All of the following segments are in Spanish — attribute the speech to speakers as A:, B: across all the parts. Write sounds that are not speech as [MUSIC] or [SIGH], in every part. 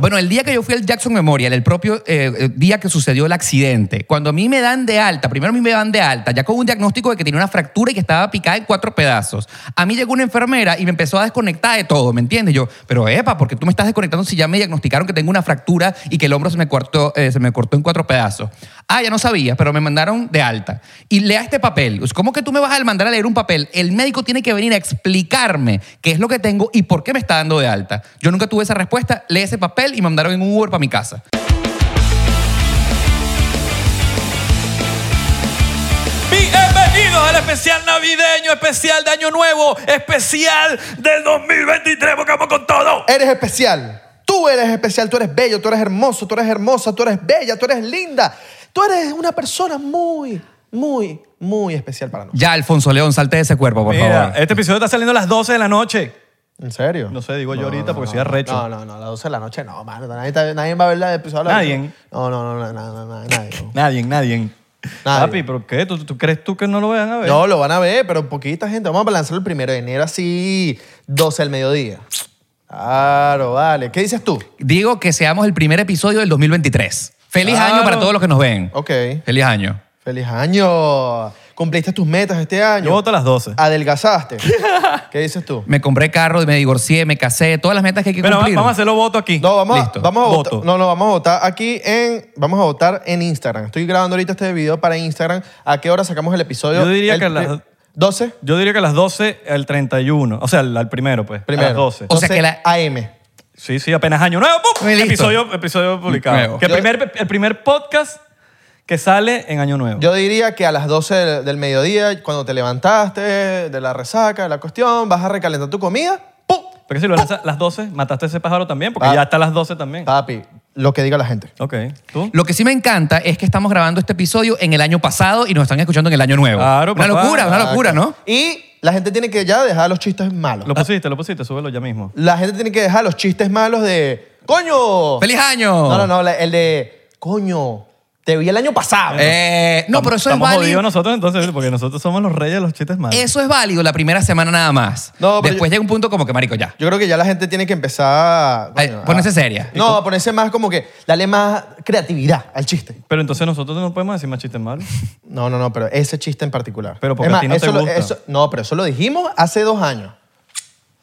A: Bueno, el día que yo fui al Jackson Memorial, el propio eh, día que sucedió el accidente, cuando a mí me dan de alta, primero a mí me dan de alta, ya con un diagnóstico de que tenía una fractura y que estaba picada en cuatro pedazos, a mí llegó una enfermera y me empezó a desconectar de todo, ¿me entiendes? Yo, pero epa, porque tú me estás desconectando si ya me diagnosticaron que tengo una fractura y que el hombro se me cortó, eh, se me cortó en cuatro pedazos? Ah, ya no sabía, pero me mandaron de alta. Y lea este papel. ¿Cómo que tú me vas a mandar a leer un papel? El médico tiene que venir a explicarme qué es lo que tengo y por qué me está dando de alta. Yo nunca tuve esa respuesta, leí ese papel y me mandaron en un Uber para mi casa.
B: Bienvenidos al especial navideño, especial de Año Nuevo, especial del 2023. Porque vamos con todo.
C: eres especial. Tú eres especial, tú eres bello, tú eres hermoso, tú eres hermosa, tú eres bella, tú eres linda. Tú eres una persona muy, muy, muy especial para nosotros.
A: Ya, Alfonso León, salte de ese cuerpo, por
B: Mira,
A: favor.
B: este episodio está saliendo a las 12 de la noche.
C: ¿En serio?
B: No sé, digo yo ahorita porque soy arrecho.
C: No, no, no, a las 12 de la noche no, mano. Nadie, está- nadie va a ver la episodio. a las
B: Nadie.
C: 12. No, no, no, no, no, no, no,
B: [LAUGHS]
C: nadie. no.
B: Nadie, nadie.
C: Nadie.
B: Papi, ¿pero qué? ¿Tú, tú crees tú que no lo vean a ver?
C: No, lo van a ver, pero poquita gente. Vamos a lanzarlo el primero de enero así, 12 al mediodía. Claro, vale. ¿Qué dices tú?
A: Digo que seamos el primer episodio del 2023. Feliz
B: Claro.
A: año para todos los que nos ven.
C: Ok.
A: Feliz año.
C: Feliz año. ¿Cumpliste tus metas este año?
B: Yo voto a las 12. [LAUGHS]
C: Adelgazaste. ¿Qué dices tú?
A: Me compré carro, me divorcié, me casé, todas las metas que hay que
B: Pero va-
A: cumplir.
B: vamos a hacerlo voto aquí.
C: No, vamos, a-
A: Listo.
C: vamos a votar.
B: Voto.
C: No, no, vamos a votar aquí en. Vamos a votar en Instagram. Estoy grabando ahorita este video para Instagram. ¿A qué hora sacamos el episodio?
B: Yo diría
C: El
B: que a
C: pri-
B: las-
C: 12.
B: Yo diría que a las 12 al 31. O sea, al, al primero, pues.
C: Primero.
B: A las 12.
A: O sea que la-
C: AM.
B: Sí, sí, apenas año nuevo. ¡pum!
A: Y listo.
B: Episodio, episodio publicado.
A: Nuevo.
B: Que el
C: Yo-
B: primer, el primer podcast que sale en año nuevo.
C: Yo diría que a las 12 del, del mediodía, cuando te levantaste de la resaca, de la cuestión, vas a recalentar tu comida. ¡Pum!
B: Porque si lo lanzas a las 12, mataste a ese pájaro también, porque
C: Ah.
B: ya está a las 12 también.
C: Papi, lo que diga la gente.
B: Ok, ¿tú?
A: Lo que sí me encanta es que estamos grabando este episodio en el año pasado y nos están escuchando en el año nuevo.
B: Claro,
A: Una
B: papá.
A: locura, una locura, ¿no?
C: Y la gente tiene que ya dejar los chistes malos.
B: Lo pusiste, lo pusiste, súbelo ya mismo.
C: La gente tiene que dejar los chistes malos de. ¡Coño!
A: ¡Feliz año!
C: No, no, no, la- el de, coño, te vi el año pasado.
A: Eh, no, pero eso es
B: Estamos
A: válido.
B: jodidos nosotros entonces, porque nosotros somos los reyes de los chistes malos.
A: Eso es válido la primera semana nada más.
C: No, pero
A: Después llega un punto como que, marico, ya.
C: Yo creo que ya la gente tiene que empezar...
A: Ay,
C: coño,
A: ponerse
C: a-
A: seria.
C: No, a ponerse más como que, dale más creatividad al chiste.
B: Pero entonces nosotros no podemos decir más chistes malos.
C: No, no, no, pero ese chiste en particular.
B: Pero porque
C: Es
B: a ti no
C: eso
B: te
C: lo-
B: gusta.
C: eso- no, pero eso lo dijimos hace dos años.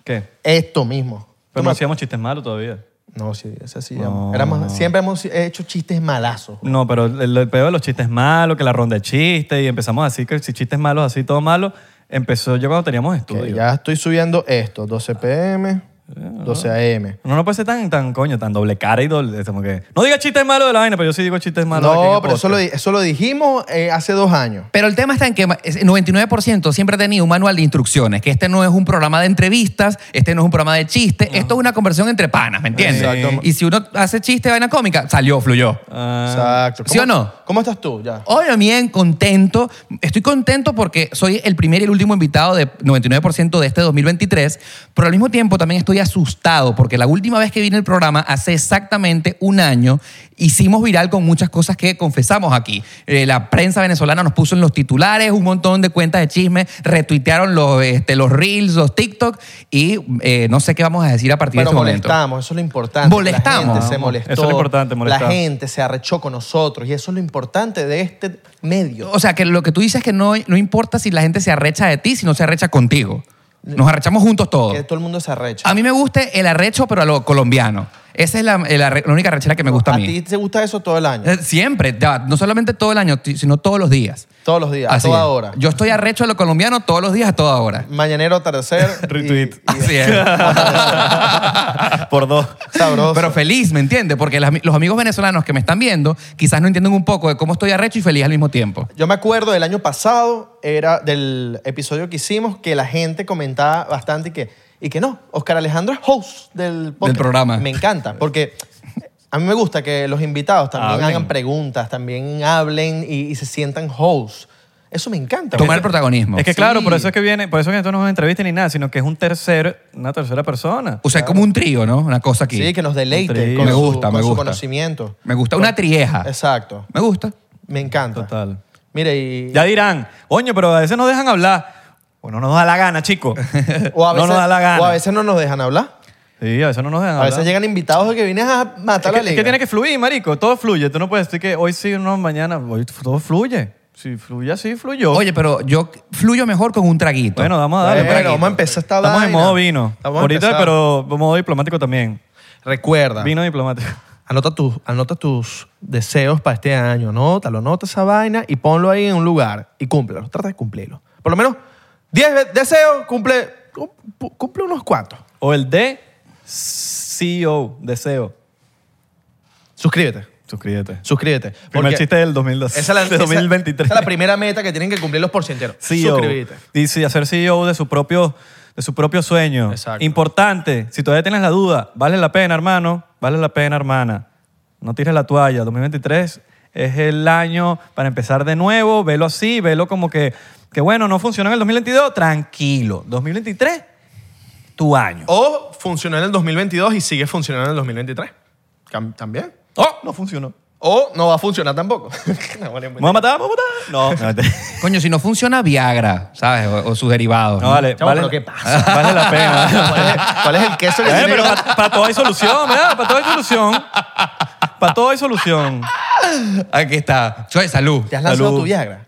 B: ¿Qué?
C: Esto mismo.
B: Pero
C: Tú
B: no
C: me-
B: hacíamos chistes malos todavía.
C: No, sí, ese sí.
B: No.
C: éramos- siempre hemos hecho chistes malazos.
B: No, pero el, el peor de los chistes malos, que la ronda de chistes, y empezamos así, que si chistes malos, así, todo malo, empezó yo Eh, cuando teníamos
C: Que
B: estudio.
C: ya estoy subiendo esto, 12 pm, 12 am.
B: Uno no puede ser tan, tan coño, tan doble cara y doble. Como que, no digas chistes malos de la vaina, pero yo sí digo chistes malos. aquí en
C: No,
B: el
C: pero eso lo,
B: podcast.
C: di- eso lo dijimos eh, hace dos años.
A: Pero el tema está en que ma- es- 99% siempre ha tenido un manual de instrucciones, que este no es un programa de entrevistas, este no es un programa de chistes, esto es una conversión entre panas, ¿me entiendes?
C: Ah. Exacto.
A: Y si uno hace chiste, vaina cómica, salió, fluyó.
B: Ah,
C: Exacto.
A: ¿Sí
C: ¿Cómo-
A: o no?
C: ¿Cómo estás tú ya?
A: Hola, bien, contento. Estoy contento porque soy el primer y el último invitado de 99% de este 2023, pero al mismo tiempo también estoy asustado porque la última vez que vine al programa, hace exactamente un año, hicimos viral con muchas cosas que confesamos aquí. Eh, la prensa venezolana nos puso en los titulares, un montón de cuentas de chisme, retuitearon los, este, los reels, los TikTok y eh, no sé qué vamos a decir a partir de
C: Pero
A: este momento.
C: molestamos, eso es lo importante. que La
A: Molestamos.
C: gente se molestó.
B: Eso es lo importante, molestar.
C: La gente se arrechó con nosotros y eso es lo importante de este medio.
A: O sea, que lo que tú dices es que no, no importa si la gente se arrecha de ti, si no se arrecha contigo. Nos arrechamos juntos todos.
C: Que todo el mundo se arrecha.
A: A mí me gusta el arrecho, pero a lo colombiano. Esa es la, el arre- la única arrechera que me gusta a mí.
C: ti te gusta eso todo el año,
A: Eh, Siempre, ya, no solamente todo el año, ti- sino todos los días.
C: todos los días,
A: Así
C: a toda
A: es.
C: hora.
A: Yo estoy arrecho a lo colombiano todos los días, a toda hora.
C: Mañanero,
A: [LAUGHS]
C: atardecer. y-
B: Retweet.
C: y-
A: Así es.
C: [LAUGHS]
B: [LAUGHS] por dos.
C: Sabroso.
A: Pero feliz, ¿me entiendes? Porque las- los amigos venezolanos que me están viendo quizás no entienden un poco de cómo estoy arrecho y feliz al mismo tiempo.
C: Yo me acuerdo del año pasado, era del episodio que hicimos, que la gente comentaba bastante y que, y que no, Oscar Alejandro es host del, podcast.
A: Del programa.
C: Me encanta, porque a mí me gusta que los invitados también
B: Hablen.
C: hagan preguntas, también hablen y, y se sientan host. Eso me encanta.
A: Tomar el protagonismo.
B: Es que
C: Sí.
B: claro, por eso es que viene, por eso es que esto no es una entrevista ni nada, sino que es un tercer, una tercera persona.
A: O sea, es como un trío, ¿no? Una cosa aquí.
C: Sí, que nos deleite
B: Increíble.
C: con,
A: Me
C: su-
A: gusta,
C: con
A: me
C: su
A: gusta.
C: conocimiento.
A: Me gusta una trieja.
C: Exacto.
A: Me gusta.
C: Me encanta.
B: Total.
C: Mire, y...
B: Ya dirán, coño, pero a veces nos dejan hablar. Bueno, no nos da la gana, chico.
C: o a
B: no
C: veces,
B: nos da la gana.
C: O a veces no nos dejan hablar.
B: Sí, a veces no nos dejan.
C: A veces
B: hablar.
C: llegan invitados de que vienes a matar
B: Es
C: la
B: que, es
C: liga.
B: que tiene que fluir, marico. Todo fluye. Tú no puedes decir que hoy sí, no, mañana. Hoy f- todo fluye. Si fluye así, fluyó.
A: Oye, pero yo fluyo mejor con un traguito.
B: bueno, vamos a darle.
C: Bueno,
B: pues.
C: vamos a empezar esta
B: Estamos en
C: vaina.
B: modo vino.
C: Estamos
B: Ahorita,
C: empezando.
B: pero modo diplomático también.
C: Recuerda,
B: Vino diplomático.
C: anota, tus, anota tus deseos para este año. Anótalo, anota esa vaina y ponlo ahí en un lugar y cúmplelo. Trata de cumplirlo. Por lo menos 10 ve- deseos, cumple, cum- cumple unos cuantos.
B: O el de CEO, deseo.
C: Suscríbete.
B: Suscríbete.
C: Suscríbete.
B: Primer
C: Porque
B: chiste del 2012.
C: Esa es
B: [LAUGHS]
C: la,
B: de
C: esa-
B: 2023.
C: esa es la primera meta que tienen que cumplir los porcienteros.
B: CEO.
C: Suscríbete.
B: Y sí, hacer CEO de su propio, de su propio sueño.
C: Exacto.
B: Importante, si todavía tienes la duda, vale la pena, hermano, vale la pena, hermana. No tires la toalla. 2023 es el año para empezar de nuevo. Velo así, velo como que, que bueno, no funcionó en el 2022. Tranquilo. 2023, tu año.
C: O funcionó en el 2022 y sigue funcionando en el 2023. Cam- También.
B: Oh, no funcionó.
C: O no va a funcionar tampoco. [LAUGHS] No, vale, pues.
B: ¿Me voy a matar? ¿Me voy a matar? No. No,
A: Coño, si no funciona Viagra, ¿sabes? O, o sus derivados.
B: no, vale.
C: Chamo,
B: vale.
C: pero ¿qué pasa?
B: [LAUGHS] Vale la pena.
C: [LAUGHS] ¿Cuál, es, cuál es el queso que
B: Bueno,
C: tiene
B: Eh, pero
C: que-
B: para, todo hay solución, ¿verdad? Para todo hay solución. Para todo hay solución.
A: [LAUGHS] Aquí está. Soy salud.
C: ¿Te has lanzado
B: Salud.
C: tu Viagra?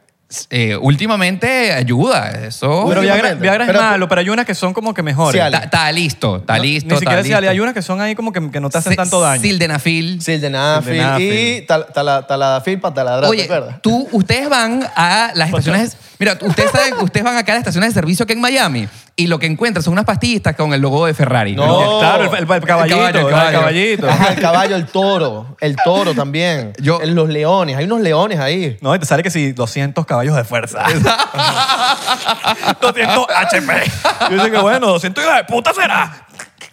A: Eh, últimamente ayuda. Eso.
B: Pero Viagra,
C: Últimamente.
B: Viagra es
C: Oh, Pero- ah,
B: malo, pero hay unas que son como que mejores.
C: Cialis.
B: No,
A: Está está listo, está listo.
B: Ni siquiera
A: está
B: Cialis. Hay
A: listo.
B: unas que son ahí como que, que no te hacen
A: Se-
B: tanto daño.
A: Sildenafil.
C: Sildenafil y
B: Sildenafil.
C: tal- tala- taladafil para taladrar, ¿te
A: Oye,
C: acuerdas?
A: tú, ustedes van a las estaciones. Mira, ustedes [LAUGHS] saben, ustedes van acá a las estaciones de servicio que en Miami y lo que encuentran son unas pastillas con el logo de Ferrari.
C: No.
B: Oye, Claro, el, el- el
A: El
B: caballito.
A: caballo, el
B: El
A: caballo.
B: caballito.
C: Ajá, el caballo, el toro, el toro también.
A: Yo-
C: los leones, hay unos leones ahí.
B: No, y te sale que si 200 caballos de
C: [LAUGHS]
B: fuerza. 200 HP. Yo digo que bueno, 200 hijos de puta será.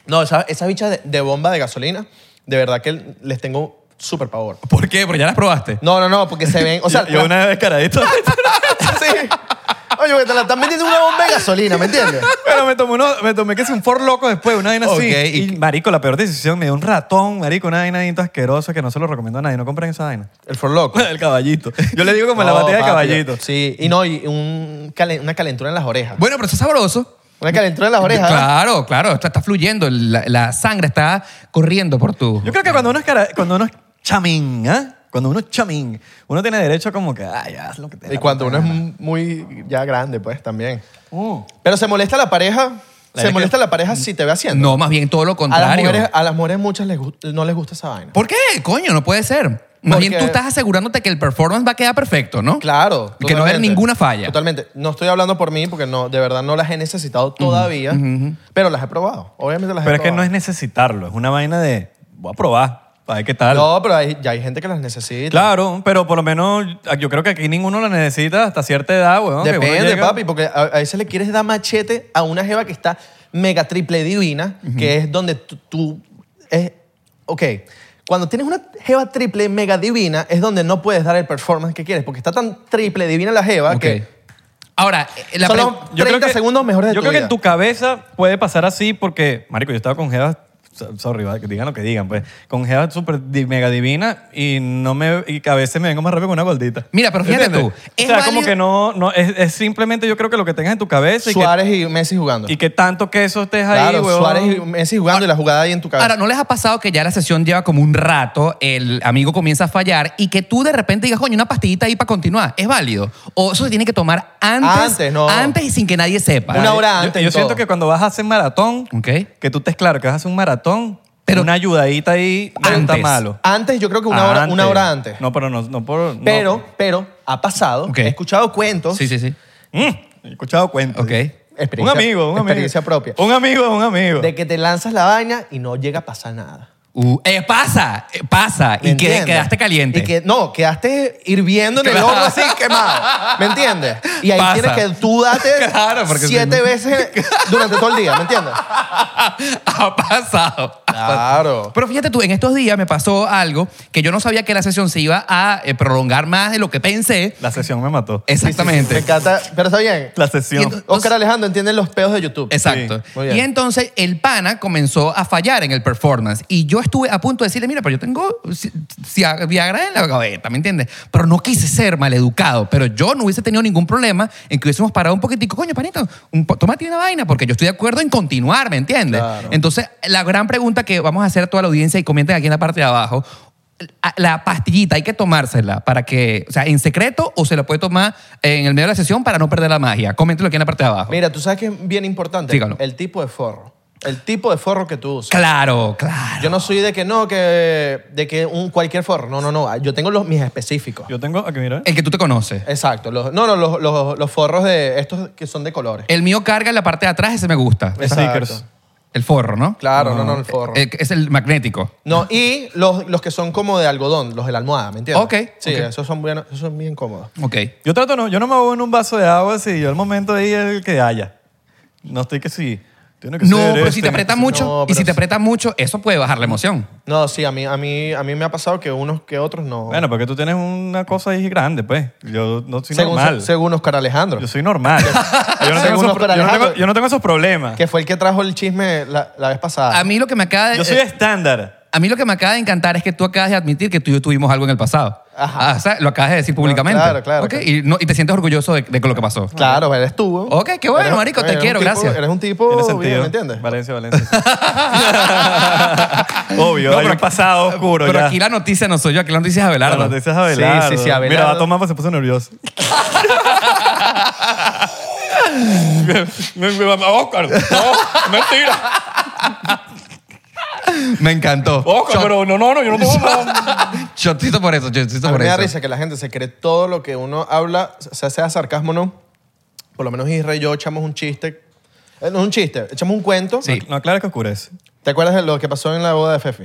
C: No, esa, esa bicha de, de bomba de gasolina, de verdad que les tengo súper pavor.
A: ¿Por qué? Porque ya las probaste.
C: No, no, no, porque se ven,
B: [LAUGHS]
C: o sea,
B: yo, yo una vez caradito.
C: [LAUGHS] sí. Oye, porque te la están metiendo una bomba de gasolina, ¿me entiendes?
B: Pero me tomé, uno, me tomé que es un for loco después, una vaina
A: Ok,
B: así. Y, marico, la peor decisión, me dio un ratón, marico, una vaina vainita asquerosa que no se lo recomiendo a nadie. No compren esa vaina. [LAUGHS]
C: El forloco.
B: El caballito. Yo le digo como la
C: No,
B: batida de
C: Oh, papi,
B: caballito.
C: Sí, y no, y un calen- una calentura en las orejas.
A: Bueno, pero eso es sabroso.
C: Una calentura en las orejas.
A: Claro, claro, está, está fluyendo, la, la sangre está corriendo por tu.
B: Yo creo que cuando uno es, cara- cuando uno es chamín, ¿ah? Cuando uno es chamín, uno tiene derecho como que, ay, haz lo que te dé
C: Y
B: la
C: cuando
B: puta
C: uno es
B: gana".
C: muy ya grande, pues también.
B: Mm.
C: Pero se molesta la pareja.
B: La
C: se
B: verdad
C: molesta la pareja si te ve haciendo.
A: No, más bien todo lo
C: a las
A: contrario.
C: mujeres, a las mujeres muchas les gust- no les gusta esa vaina.
A: ¿Por qué? Coño, no puede ser. Más
C: Porque-
A: bien tú estás asegurándote que el performance va a quedar perfecto, ¿no?
C: Claro.
A: Que no va a haber
C: totalmente.
A: ninguna falla.
C: Totalmente. No estoy hablando por mí porque no, de verdad no las he necesitado todavía, pero las he probado. Obviamente las
B: Pero
C: he
B: es que no
C: probado.
B: es necesitarlo, es una vaina de, voy a probar, a ver qué tal.
C: No, pero hay- ya hay gente que las necesita.
B: Claro, pero por lo menos yo creo que aquí ninguno la necesita hasta cierta edad, weón. que uno
C: Depende,
B: llega-
C: papi, porque a, a veces le quieres dar machete a una jeva que está mega triple divina, que es donde tú, tú- es, ok, cuando tienes una jeva triple mega divina es donde no puedes dar el performance que quieres, porque está tan triple divina la jeva
A: Ok.
C: que
A: Ahora, eh, la
C: Solo-
A: pregunta.
B: yo
C: 30
B: creo que,
C: segundos mejores de
B: Yo
C: tu
B: creo que
C: vida.
B: en tu cabeza puede pasar así porque, marico, yo estaba con jevas, so- sorry, va, que digan lo que digan, pues, con jevas súper di- mega divina y no me y que a veces me vengo más rápido con una gordita.
A: Mira, pero fíjate
B: ¿Entiendes?
A: tú, es
B: o sea,
A: válido-
B: como que no, no es, es simplemente yo creo que lo que tengas en tu cabeza y que,
C: Suárez y Messi jugando.
B: y que tanto queso estés ahí,
C: claro,
B: huevón.
C: Suárez y Messi jugando y la jugada ahí en tu cabeza.
A: Ahora, ¿no les ha pasado que ya la sesión lleva como un rato, el amigo comienza a fallar y que tú de repente digas, coño, una pastillita ahí para continuar? ¿Es válido? ¿O eso se tiene que tomar antes?
C: Antes, no.
A: antes y sin que nadie sepa.
C: Una hora
B: Yo-
C: antes
B: Yo,
C: y
B: siento
C: todo.
B: que cuando vas a hacer maratón,
A: Ok.
B: que tú estés claro que vas a hacer un maratón,
A: Pero-
B: una ayudadita ahí no está
A: Antes.
B: malo.
C: Antes, yo creo que una, hora, una hora antes.
B: No, pero no, no por... no.
C: pero, pero, ha pasado.
A: Ok.
C: He escuchado cuentos.
A: Sí, sí, sí.
B: Mm, he escuchado cuentos.
A: Ok.
B: Un
C: Experiencia-
B: amigo, un amigo.
C: experiencia propia.
B: Un amigo, es un amigo.
C: De que te lanzas la vaina y no llega a pasar nada.
A: Uh, eh, pasa, eh, pasa.
C: ¿Me
A: Y que,
C: entiendes?
A: quedaste caliente.
C: Y que, no, quedaste hirviendo en el
A: Claro.
C: horno así quemado. ¿Me entiendes? Y ahí
A: Pasa.
C: tienes que tú date
A: [LAUGHS] Claro, porque
C: siete
A: si no-
C: veces durante todo el día, ¿me entiendes?
A: [LAUGHS] ha pasado.
C: Claro.
A: Pero fíjate tú, en estos días me pasó algo que yo no sabía que la sesión se iba a eh, prolongar más de lo que pensé.
B: La sesión me mató.
A: Exactamente.
C: Me encanta, pero está bien.
B: La
A: Y
B: sesión.
A: entonces-
C: Oscar Alejandro entiende los peos de YouTube.
A: Exacto.
C: Sí, muy bien.
A: y entonces el pana comenzó a fallar en el performance. Y yo estuve a punto de decirle, mira, pero yo tengo si- si- Viagra en la cabeza, ¿me entiendes? Pero no quise ser maleducado. Pero yo no hubiese tenido ningún problema en que hubiésemos parado un poquitico. Coño, panito, un po- tómate una vaina, porque yo estoy de acuerdo en continuar, ¿me entiendes?
C: Claro.
A: Entonces, la gran pregunta que vamos a hacer a toda la audiencia y comenten aquí en la parte de abajo. a- La pastillita hay que tomársela para que, o sea, en secreto o se la puede tomar en el medio de la sesión para no perder la magia. Coméntenlo aquí en la parte de abajo.
C: Mira, tú sabes que es bien importante.
A: Dígalo.
C: El tipo de forro. El tipo de forro que tú usas.
A: Claro, claro.
C: Yo no soy de que no, que, de que un cualquier forro. No, no, no. Yo tengo los, mis específicos.
B: Yo tengo. Aquí, mira. eh,
A: El que tú te conoces.
C: Exacto. Los, no, no, los, los, los forros de estos que son de colores.
A: El mío carga en la parte de atrás, ese me gusta.
B: Sneakers.
A: El forro, ¿no?
C: Claro, no, no, el forro.
A: Eh, Es el magnético.
C: No, y los, los que son como de algodón, los de la almohada, ¿me entiendes?
A: Ok,
C: Sí,
A: ok.
C: Esos, son buenos, esos son bien cómodos.
A: Ok.
B: Yo trato, no, yo no me voy en un vaso de agua si yo al momento ahí el que haya. No estoy que sí. Tiene que
A: No,
B: ser
A: pero
B: este.
A: si te aprietas
C: no,
A: mucho, y
C: pero
A: si te
C: sí.
A: aprietas mucho, eso puede bajar la emoción.
C: No, sí, a mí, a, mí, a mí me ha pasado que unos que otros no.
B: Bueno, porque tú tienes una cosa ahí grande, pues. Yo no soy
C: según,
B: normal.
C: según Oscar Alejandro,
B: Yo
A: [LAUGHS]
B: soy normal. yo, no tengo
C: Según
B: esos, yo no
C: Oscar
B: tengo-
C: Alejandro.
B: yo no tengo esos problemas.
C: que fue el que trajo el chisme la, la vez pasada.
A: A mí lo que me acaba de...
B: Yo soy este.
A: eh,
B: estándar.
A: a mí lo que me acaba de encantar es que tú acabas de admitir que tú y yo tuvimos algo en el pasado.
C: Ajá.
A: Ah, o sea, lo acabas de decir públicamente.
C: claro, claro,
A: Ok,
C: claro.
A: Y, no- y te sientes orgulloso de, de lo que pasó.
C: Claro, eres tú.
A: Ok, qué bueno,
C: Eres-
A: marico, te
C: eres un
A: quiero,
C: tipo-
A: gracias.
C: Eres un
B: Tiene
C: tipo, bien,
B: sentido.
C: ¿me entiendes?
B: Valencia, Valencia.
A: [LAUGHS]
B: Obvio,
A: No, pero
B: hay un
A: aquí-
B: pasado oscuro
A: Pero
B: ya.
A: aquí la noticia no soy yo, aquí la noticia es
B: La
A: Abelardo.
B: noticia es
C: Sí,
B: Abelardo.
C: sí, sí,
B: Mira,
C: Abelardo.
B: va a tomar porque se puso nervioso. [LAUGHS] me, me, me- Oscar, no, mentira.
A: Me encantó.
B: Oscar,
A: Shot-
B: pero no, no, no, yo no tomo nada.
A: Shotcito por eso, shotcito
C: A mí
A: por
C: me da
A: eso.
C: risa que la gente se cree todo lo que uno habla, o sea sea sarcasmo o no. Por lo menos Isra y yo echamos un chiste. eh, No es un chiste, echamos un cuento.
A: Sí.
B: No aclares que oscurece.
C: ¿Te acuerdas de lo que pasó en la boda de Fefi?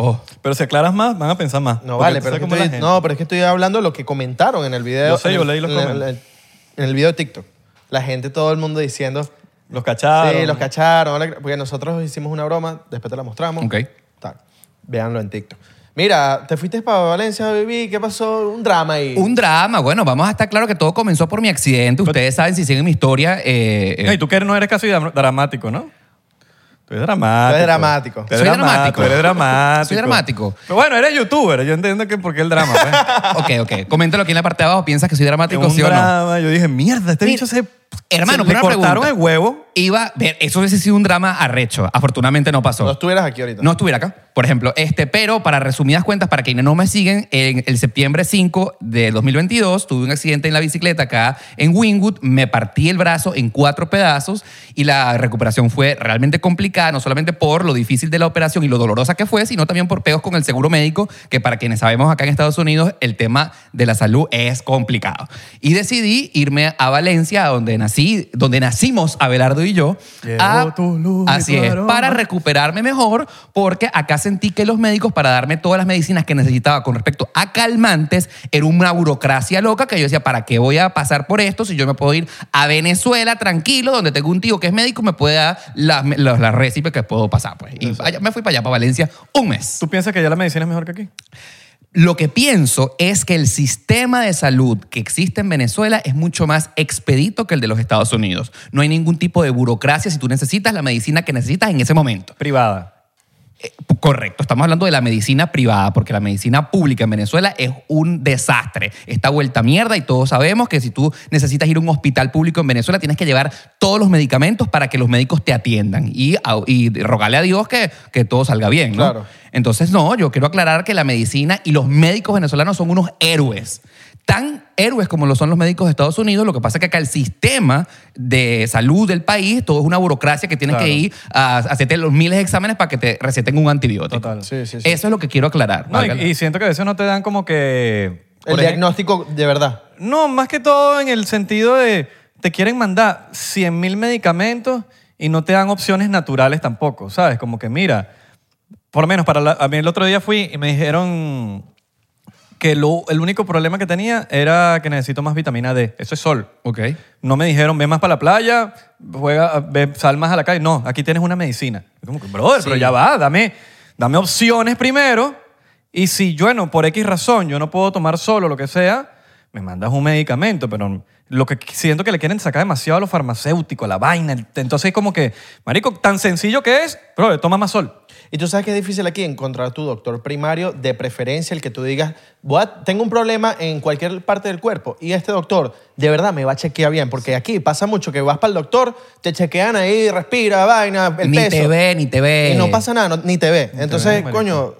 A: Oh.
B: Pero si aclaras más, van a pensar más.
C: No,
B: Porque
C: vale,
B: tú sabes
C: pero es, que
B: cómo es la
C: estoy,
B: gente.
C: no, pero es que estoy hablando de lo que comentaron en el video.
B: Yo sé,
C: en
B: yo
C: el-
B: leí los
C: en el-
B: comentarios.
C: En el video de TikTok. La gente, todo el mundo diciendo,
B: Los cachados.
C: sí, los cacharon. hola, Porque nosotros hicimos una broma, después te la mostramos.
A: Ok.
C: Tal. Véanlo en TikTok. Mira, te fuiste para Valencia, baby, ¿qué pasó? Un drama ahí.
A: Un drama, bueno, vamos a estar claro que todo comenzó por mi accidente. Ustedes saben si siguen mi historia. eh, eh,
B: No, y tú que eres- no eres casi dra- dramático, ¿no? Tú eres dramático.
C: Tú eres dramático.
B: Tú eres
A: Soy
B: dramático.
A: dramático.
B: tú eres dramático.
A: Soy dramático.
B: Pero bueno, eres youtuber. Yo entiendo que por qué el drama. [LAUGHS] pues.
A: ok, ok. Coméntalo aquí en la parte de abajo. ¿Piensas que soy dramático,
B: un
A: sí o no?
B: drama. Yo dije, mierda, este
A: Mira,
B: bicho se.
A: hermano,
B: se le
A: pero una
B: cortaron
A: pregunta.
B: el huevo.
A: Iba, ver, eso hubiese sido un drama arrecho. Afortunadamente no pasó.
C: No estuvieras aquí ahorita.
A: No estuviera acá, por ejemplo. Este, pero para resumidas cuentas, para quienes no me siguen, en el septiembre 5 de 2022 tuve un accidente en la bicicleta acá en Wingwood, me partí el brazo en cuatro pedazos y la recuperación fue realmente complicada, no solamente por lo difícil de la operación y lo dolorosa que fue, sino también por peos con el seguro médico, que para quienes sabemos acá en Estados Unidos el tema de la salud es complicado. Y decidí irme a Valencia, donde nací, donde nacimos Abelardo y yo,
B: Llegó
A: a-
B: tu luz y
A: así
B: tu
A: es,
B: aroma.
A: para recuperarme mejor porque acá sentí que los médicos para darme todas las medicinas que necesitaba con respecto a calmantes era una burocracia loca que yo decía, ¿para qué voy a pasar por esto si yo me puedo ir a Venezuela tranquilo donde tengo un tío que es médico y me puede dar las, las, las récipes que puedo pasar? Pues. Y allá- me fui para allá, para Valencia, un mes.
B: ¿Tú piensas que ya la medicina es mejor que aquí?
A: Lo que pienso es que el sistema de salud que existe en Venezuela es mucho más expedito que el de los Estados Unidos. No hay ningún tipo de burocracia si tú necesitas la medicina que necesitas en ese momento.
B: Privada.
A: Eh, Correcto, estamos hablando de la medicina privada, porque la medicina pública en Venezuela es un desastre. Está vuelta a mierda y todos sabemos que si tú necesitas ir a un hospital público en Venezuela, tienes que llevar todos los medicamentos para que los médicos te atiendan y, a- y rogarle a Dios que, que todo salga bien. ¿no?
C: Claro.
A: Entonces, no, yo quiero aclarar que la medicina y los médicos venezolanos son unos héroes. Tan héroes como lo son los médicos de Estados Unidos, lo que pasa es que acá el sistema de salud del país, todo es una burocracia que tienes
B: Claro.
A: que ir a hacerte los miles de exámenes para que te receten un antibiótico.
B: Total.
C: Sí, sí, sí.
A: Eso es lo que quiero aclarar.
B: No, y,
A: válgala.
B: y siento que a veces no te dan como que.
C: el
B: por ejemplo-
C: diagnóstico de verdad.
B: No, más que todo en el sentido de te quieren mandar 100 mil medicamentos y no te dan opciones naturales tampoco, ¿sabes? Como que mira, por lo menos para la- a mí el otro día fui y me dijeron que lo- el único problema que tenía era que necesito más vitamina D. Eso es sol.
A: Ok.
B: No me dijeron, ve más para la playa, juega, ve, sal más a la calle. No, aquí tienes una medicina. Y Como que, brother, pero ya va, dame, dame opciones primero. Y si yo, bueno, por X razón, yo no puedo tomar solo lo que sea, me mandas un medicamento, pero lo que siento que le quieren sacar demasiado a lo farmacéutico, a la vaina. Entonces es como que, marico, tan sencillo que es, brother, toma más sol.
C: Y tú sabes que es difícil aquí encontrar tu doctor primario, de preferencia el que tú digas, "Voy a- tengo un problema en cualquier parte del cuerpo y este doctor de verdad me va a chequear bien, porque aquí pasa mucho que vas para el doctor, te chequean ahí, respira, vaina, el
A: ni
C: peso.
A: te ve, ni te ve.
C: Y no pasa nada, no- ni te ve. Entonces,
B: marico.
C: coño,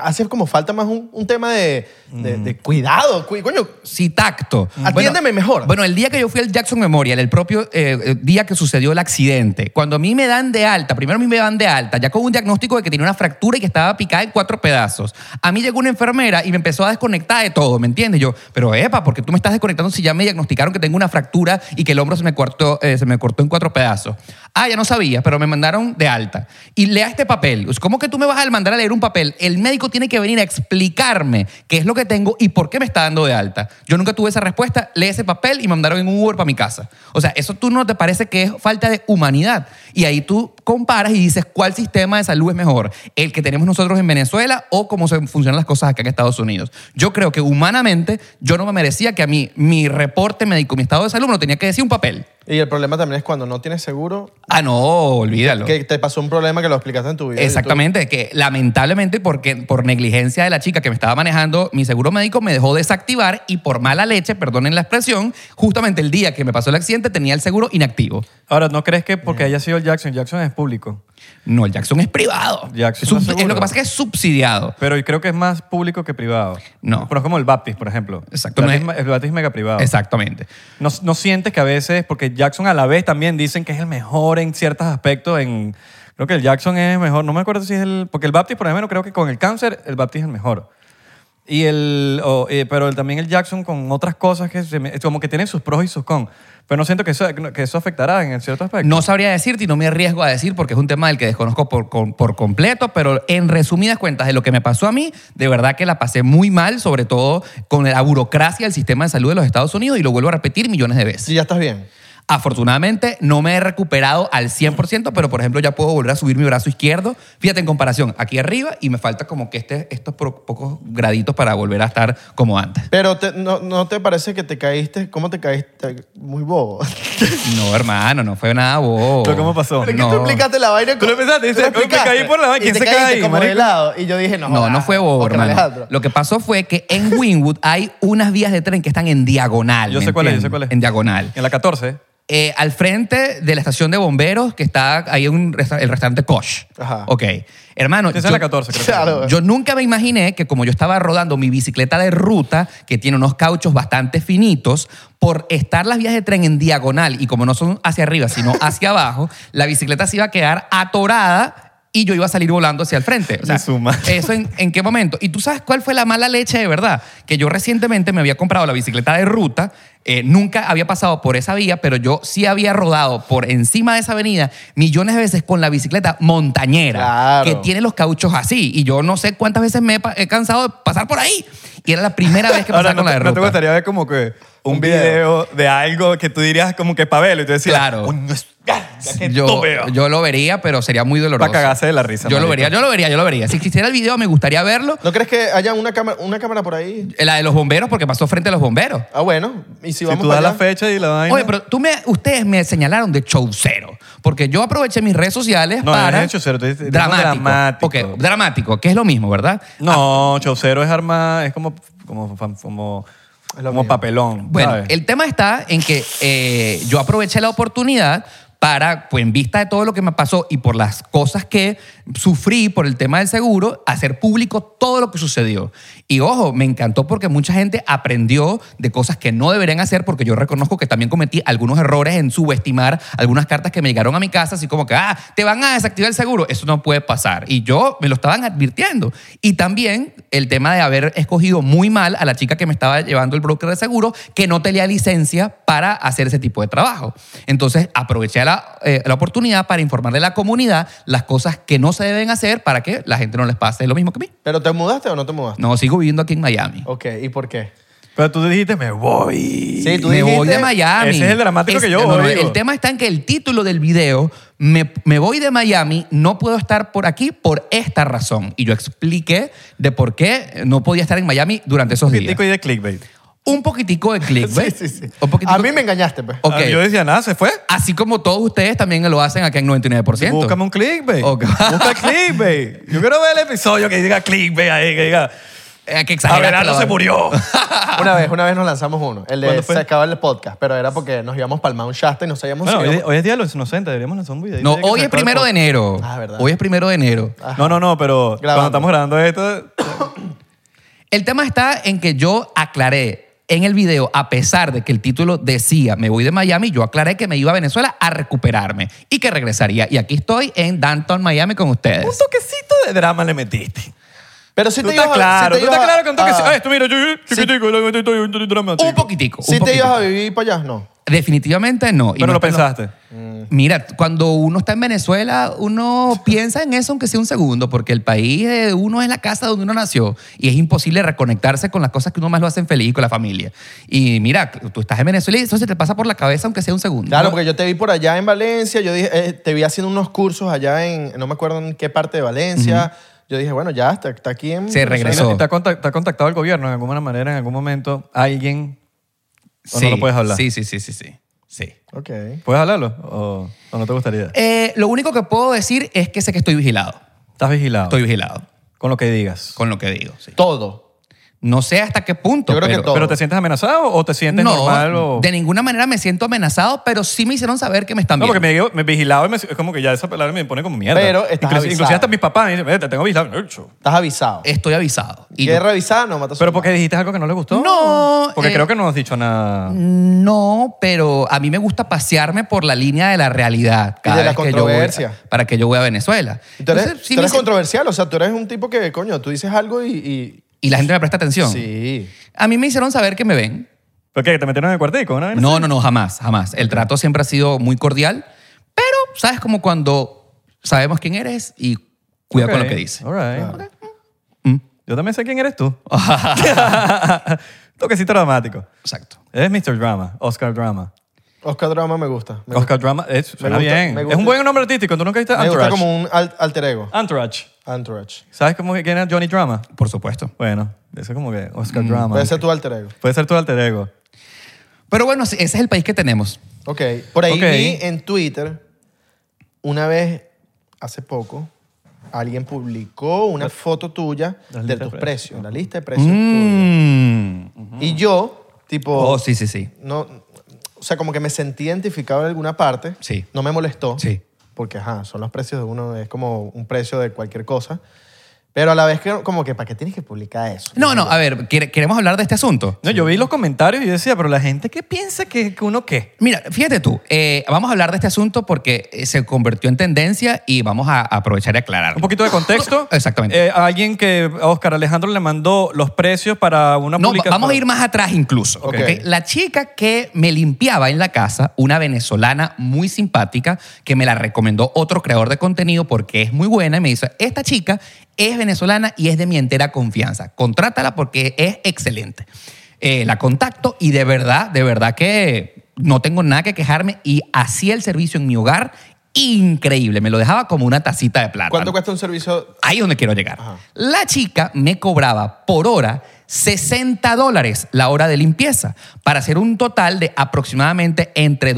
C: hace como falta más un, un tema de, de- de cuidado. cu- coño,
A: Sí, tacto.
C: Atiéndeme mejor.
A: Bueno, el día que yo fui al Jackson Memorial, el propio eh, eh, día que sucedió el accidente, cuando a mí me dan de alta, primero a mí me dan de alta, ya con un diagnóstico de que tenía una fractura y que estaba picada en cuatro pedazos. A mí llegó una enfermera y me empezó a desconectar de todo, ¿me entiendes? Yo, pero epa, ¿por qué tú me estás desconectando si ya me diagnosticaron que tengo una fractura y que el hombro se me cortó, eh, se me cortó en cuatro pedazos? Ah, ya no sabía, pero me mandaron de alta. Y lea este papel. ¿Cómo que tú me vas a mandar a leer un papel? El médico tiene que venir a explicarme qué es lo que tengo y por qué me está dando de alta. Yo nunca tuve esa respuesta, leí ese papel y me mandaron en un Uber para mi casa. O sea, eso tú no te parece que es falta de humanidad. Y ahí tú comparas y dices cuál sistema de salud es mejor, el que tenemos nosotros en Venezuela o cómo se funcionan las cosas acá en Estados Unidos. Yo creo que humanamente yo no me merecía que a mí mi reporte médico, mi estado de salud, me lo tenía que decir un papel.
C: y el problema también es cuando no tienes seguro,
A: Ah, no, olvídalo.
C: que te pasó un problema que lo explicaste en tu vida.
A: Exactamente, que lamentablemente porque, por negligencia de la chica que me estaba manejando, mi seguro médico me dejó desactivar y por mala leche, perdonen la expresión, justamente el día que me pasó el accidente tenía el seguro inactivo.
B: Ahora, ¿no crees que porque haya sido el Jackson, Jackson es público?
A: No, el Jackson es privado.
B: Jackson
A: Sub-
B: no es seguro.
A: es lo que pasa es que es subsidiado.
B: Pero yo creo que es más público que privado.
A: No.
B: Pero es como el Baptist, por ejemplo.
A: Exacto,
B: El
A: no es-
B: Baptist, el Baptist es mega privado.
A: Exactamente.
B: No, no sientes que a veces, porque Jackson a la vez también dicen que es el mejor en ciertos aspectos. En, creo que el Jackson es mejor. No me acuerdo si es el. Porque el Baptist, por ejemplo, creo que con el cáncer, el Baptist es el mejor. Y el, o, eh, pero el- también el Jackson con otras cosas que se me- como que tienen sus pros y sus cons. Pero no siento que eso, que eso afectará en cierto aspecto.
A: No sabría decirte y no me arriesgo a decir porque es un tema del que desconozco por, con- por completo, pero en resumidas cuentas de lo que me pasó a mí, de verdad que la pasé muy mal, sobre todo con la burocracia del sistema de salud de los Estados Unidos y lo vuelvo a repetir millones de veces.
C: Si ya estás bien.
A: Afortunadamente no me he recuperado al 100%, pero por ejemplo ya puedo volver a subir mi brazo izquierdo. Fíjate en comparación, aquí arriba y me falta como que este, estos pro- pocos graditos para volver a estar como antes.
C: Pero te- no, no te parece que te caíste, ¿cómo te caíste? Muy bobo. [LAUGHS]
A: No, hermano, no fue nada bobo.
B: ¿Pero cómo pasó?
C: Pero es que
A: No.
C: tú explicaste la vaina.
B: Tú lo pensaste, dices,
C: lo
B: "Coño, me caí por la vaina,
C: y
B: ¿quién
C: te
B: se cae
C: caíste
B: ahí,
C: como de
B: marico?"
C: lado. Y yo dije, no.
A: No,
C: joda,
A: no fue bobo,
C: Oscar
A: hermano.
C: Alejandro.
A: Lo que pasó fue que en Winwood hay unas vías de tren que están en diagonal.
B: Yo
A: ¿me
B: sé cuál es, yo sé
A: entiendes?
B: cuál es.
A: En diagonal.
B: En la 14.
A: Eh, al frente de la estación de bomberos, que está ahí un resta- el restaurante Kosh.
C: Ajá.
A: Ok. Hermano.
B: Esa es
A: yo-
B: la 14, creo. que
C: Claro.
A: Yo nunca me imaginé que como yo estaba rodando mi bicicleta de ruta, que tiene unos cauchos bastante finitos, por estar las vías de tren en diagonal y como no son hacia arriba, sino hacia abajo, la bicicleta se iba a quedar atorada y yo iba a salir volando hacia el frente. O sea,
B: Y suma.
A: ¿Eso en, en qué momento? Y tú sabes cuál fue la mala leche de verdad. Que yo recientemente me había comprado la bicicleta de ruta, eh, nunca había pasado por esa vía, pero yo sí había rodado por encima de esa avenida millones de veces con la bicicleta montañera,
C: Claro.
A: que tiene los cauchos así. Y yo no sé cuántas veces me he, pa- he cansado de pasar por ahí. Y era la primera vez
B: [LAUGHS]
A: que pasaba
B: Ahora, ¿no,
A: con la
B: te,
A: de
B: no te
A: ruta.
B: gustaría ver como que un,
C: Un video.
B: video. de algo que tú dirías como que pavelo y tú decías,
A: Claro.
B: "Coño, es- ah, ya que
A: yo,
B: topeo".
A: yo lo vería, pero sería muy doloroso.
B: Pa' cagarse de la risa,
A: Yo lo
B: marico.
A: vería, yo lo vería, yo lo vería. Si existiera el video, me gustaría verlo.
C: ¿No crees que haya una cámara, una cámara por ahí?
A: La de los bomberos, porque pasó frente a los bomberos.
C: Ah, bueno. Y si,
B: si
C: vamos
B: tú
C: para
B: das la
C: allá?
B: fecha y la vaina.
A: Oye, pero tú me, ustedes me señalaron de show cero, porque yo aproveché mis redes sociales
B: No,
A: para...
B: no es showcero, tú dices-
A: dramático.
B: dramático.
A: Ok, dramático, que es lo mismo, ¿verdad?
B: No, Chaucero es arma, es como, como, fan- como,
C: Es lo
B: como
C: mismo.
B: papelón.
A: Bueno,
B: ¿sabes?
A: el tema está en que eh, yo aproveché la oportunidad para, pues en vista de todo lo que me pasó y por las cosas que sufrí por el tema del seguro, hacer público todo lo que sucedió. Y ojo, me encantó porque mucha gente aprendió de cosas que no deberían hacer porque yo reconozco que también cometí algunos errores en subestimar algunas cartas que me llegaron a mi casa, así como que, ah, te van a desactivar el seguro. Eso no puede pasar. Y yo me lo estaban advirtiendo. Y también el tema de haber escogido muy mal a la chica que me estaba llevando el broker de seguro, que no tenía licencia para hacer ese tipo de trabajo. Entonces aproveché la, eh, la oportunidad para informarle a la comunidad las cosas que no no se deben hacer para que la gente no les pase lo mismo que a mí.
C: ¿Pero te mudaste o no te mudaste?
A: No, sigo viviendo aquí en Miami.
C: Ok, ¿y por qué?
B: Pero tú dijiste, me voy.
C: Sí, tú
A: me
C: dijiste-
A: voy de Miami.
B: Ese es el dramático que yo digo.
A: El tema está en que el título del video, me, me voy de Miami, no puedo estar por aquí por esta razón. Y yo expliqué de por qué no podía estar en Miami durante esos
B: Un
A: días.
B: poquitico y de clickbait.
A: Un poquitico de clickbait.
C: [LAUGHS] Sí, sí, sí.
A: Un poquitico-
C: A mí me
B: [LAUGHS]
C: engañaste, pues.
A: Ok.
B: Ah, Yo decía, nada, se fue.
A: Así como todos ustedes también lo hacen acá en 99%.
B: Búscame un clickbait.
A: Ok.
B: Busca clickbait. Yo quiero ver el episodio que diga clickbait ahí, que diga,
A: Eh, que exageraste la
B: Abelardo se
A: vaina.
B: murió.
C: Una vez, una vez nos lanzamos uno. El de
B: ¿Cuándo fue?
C: se acaba el podcast, pero era porque nos íbamos para el Mount Shasta y no sabíamos
B: Bueno,
C: si
B: hoy,
C: íbamos-
B: hoy es día de los inocentes, deberíamos lanzar un
A: [LAUGHS]
B: video.
A: No,
B: Dice que
A: hoy
B: se
A: es
B: acabó el
A: primero de enero.
C: Ah, verdad.
A: Hoy es primero de enero.
B: podcast. No, no, no, pero cuando estamos grabando esto,
A: El tema está en que yo aclaré en el video, a pesar de que el título decía me voy de Miami, yo aclaré que me iba a Venezuela a recuperarme y que regresaría. Y aquí estoy en Downtown Miami con
B: un
A: ustedes.
B: toquecito de drama le metiste.
C: Pero si
B: Tú
C: te
B: estás
C: ibas a-
B: claro,
C: si te
B: tú estás
C: ibas a-
B: claro con todo que
C: ah,
B: sí. Esto, mira, yo yo- chiquitico, yo- yo- yo- yo- yo- dramático.
A: Un poquitico. un
C: Si te
A: poquitico.
C: ibas a vivir para allá, no.
A: Definitivamente no. Y
B: Pero
A: no
B: lo
A: está en
B: pensaste.
C: Mm.
A: Mira, cuando uno está en Venezuela, uno piensa en eso aunque sea un segundo, porque el país de uno es la casa donde uno nació y es imposible reconectarse con las cosas que uno más lo hacen feliz y con la familia. Y mira, tú estás en Venezuela y eso se te pasa por la cabeza aunque sea un segundo.
C: Claro, porque yo te vi por allá en Valencia, yo dije, eh, te vi haciendo unos cursos allá en, no me acuerdo en qué parte de Valencia. Yo dije, bueno, ya, está, está aquí en...
A: Se
B: ¿Te
A: regresó. Eso.
B: ha contact- te ha contactado el gobierno en alguna manera, en algún momento? ¿Alguien? ¿O no lo puedes hablar?
A: Sí, sí, sí, sí, sí. sí.
C: Ok.
B: ¿Puedes hablarlo? ¿O, o no te gustaría?
A: Eh, lo único que puedo decir es que sé que estoy vigilado.
B: Estás vigilado.
A: Estoy vigilado
B: Con lo que digas.
A: con lo que digo. sí.
C: Todo.
A: No sé hasta qué punto.
C: Yo creo que
A: pero-
C: todo.
B: ¿Pero te sientes amenazado o te sientes
A: No,
B: normal? O...
A: de ninguna manera me siento amenazado, pero sí me hicieron saber que me están
B: No,
A: viendo.
B: porque me, me vigilaba y me, es como que ya esa palabra me pone como mierda.
C: Pero estás
B: Inclusi-
C: avisado.
B: inclusive hasta mis papás me dicen, "Eh, te tengo vigilado. Ucho.
C: Estás avisado.
A: Estoy avisado. Eh, Y yo-
C: Guerra avisada, no matas a
B: Pero
C: su
B: porque dijiste algo que no le gustó.
A: No,
B: Porque
A: eh,
B: creo que no has dicho nada.
A: No, pero a mí me gusta pasearme por la línea de la realidad. Cada
C: de la
A: vez que yo voy a-
C: controversia.
A: para que yo voy a Venezuela.
C: madre. Tú eres,
A: Entonces, sí
C: tú
A: me
C: eres
A: hice-
C: controversial, o sea, tú eres un tipo que, coño, tú dices algo y... y-
A: y la gente me presta atención.
C: Sí.
A: A mí me hicieron saber que me ven.
B: ¿Por qué? ¿Te metieron en el cuartico? ¿no?
A: No, no, no, jamás, jamás. El trato siempre ha sido muy cordial, pero sabes como cuando sabemos quién eres y cuida con
B: Ok.
A: lo que Mm. dices.
B: All right. Yo también sé quién
A: [LAUGHS]
B: eres tú. [LAUGHS] Toquecito dramático.
A: Exacto.
B: Eres Mr. Drama, Oscar Drama.
C: Oscar Drama me gusta. Me,
B: Oscar Drama, es, suena
C: gusta,
B: bien.
C: me
B: Es
C: gusta.
B: un buen nombre artístico. ¿Tú nunca viste
C: me gusta
B: Entourage?
C: como un al- alter ego.
B: Entourage.
C: Entourage.
B: ¿Sabes cómo que- quién es Johnny Drama?
A: Por supuesto.
B: Bueno, eso es como que Oscar Drama.
C: Mm, Puede ser tu alter ego.
B: Puede ser tu alter ego.
A: Pero bueno, sí, ese es el país que tenemos.
C: Ok. Por ahí
B: Ok.
C: vi en Twitter, una vez, hace poco, alguien publicó una foto tuya
B: las
C: de
B: listas
C: tus
B: de precios.
C: precios, la lista de precios
A: Mm.
C: tuya. Y yo, tipo,
A: Oh, sí, sí, sí.
C: no, o sea, como que me sentí identificado en alguna parte.
A: Sí.
C: No me molestó.
A: Sí.
C: Porque, ajá, son los precios de uno, es como un precio de cualquier cosa. Pero a la vez, que, como que, ¿para qué tienes que publicar eso?
A: No, no, a ver, ¿quere- ¿queremos hablar de este asunto?
B: No, yo vi los comentarios y yo decía, pero la gente, ¿qué piensa que, que uno qué?
A: Mira, fíjate tú, eh, vamos a hablar de este asunto porque eh, se convirtió en tendencia y vamos a aprovechar y aclarar.
B: Un poquito de
C: [LAUGHS]
B: contexto.
A: Exactamente.
B: Eh, a alguien que a Oscar Alejandro le mandó los precios para una
A: No, va-
B: publicación.
A: vamos a ir más atrás incluso.
C: Ok.
A: ¿ok? La chica que me limpiaba en la casa, una venezolana muy simpática, que me la recomendó otro creador de contenido porque es muy buena y me dice, esta chica es venezolana y es de mi entera confianza. Contrátala porque es excelente. Eh, la contacto y de verdad, de verdad que no tengo nada que quejarme y hacía el servicio en mi hogar increíble. Me lo dejaba como una tacita de plata.
C: ¿Cuánto cuesta un servicio?
A: Ahí es donde quiero llegar.
C: Ajá.
A: La chica me cobraba por hora 60 dólares la hora de limpieza para hacer un total de aproximadamente entre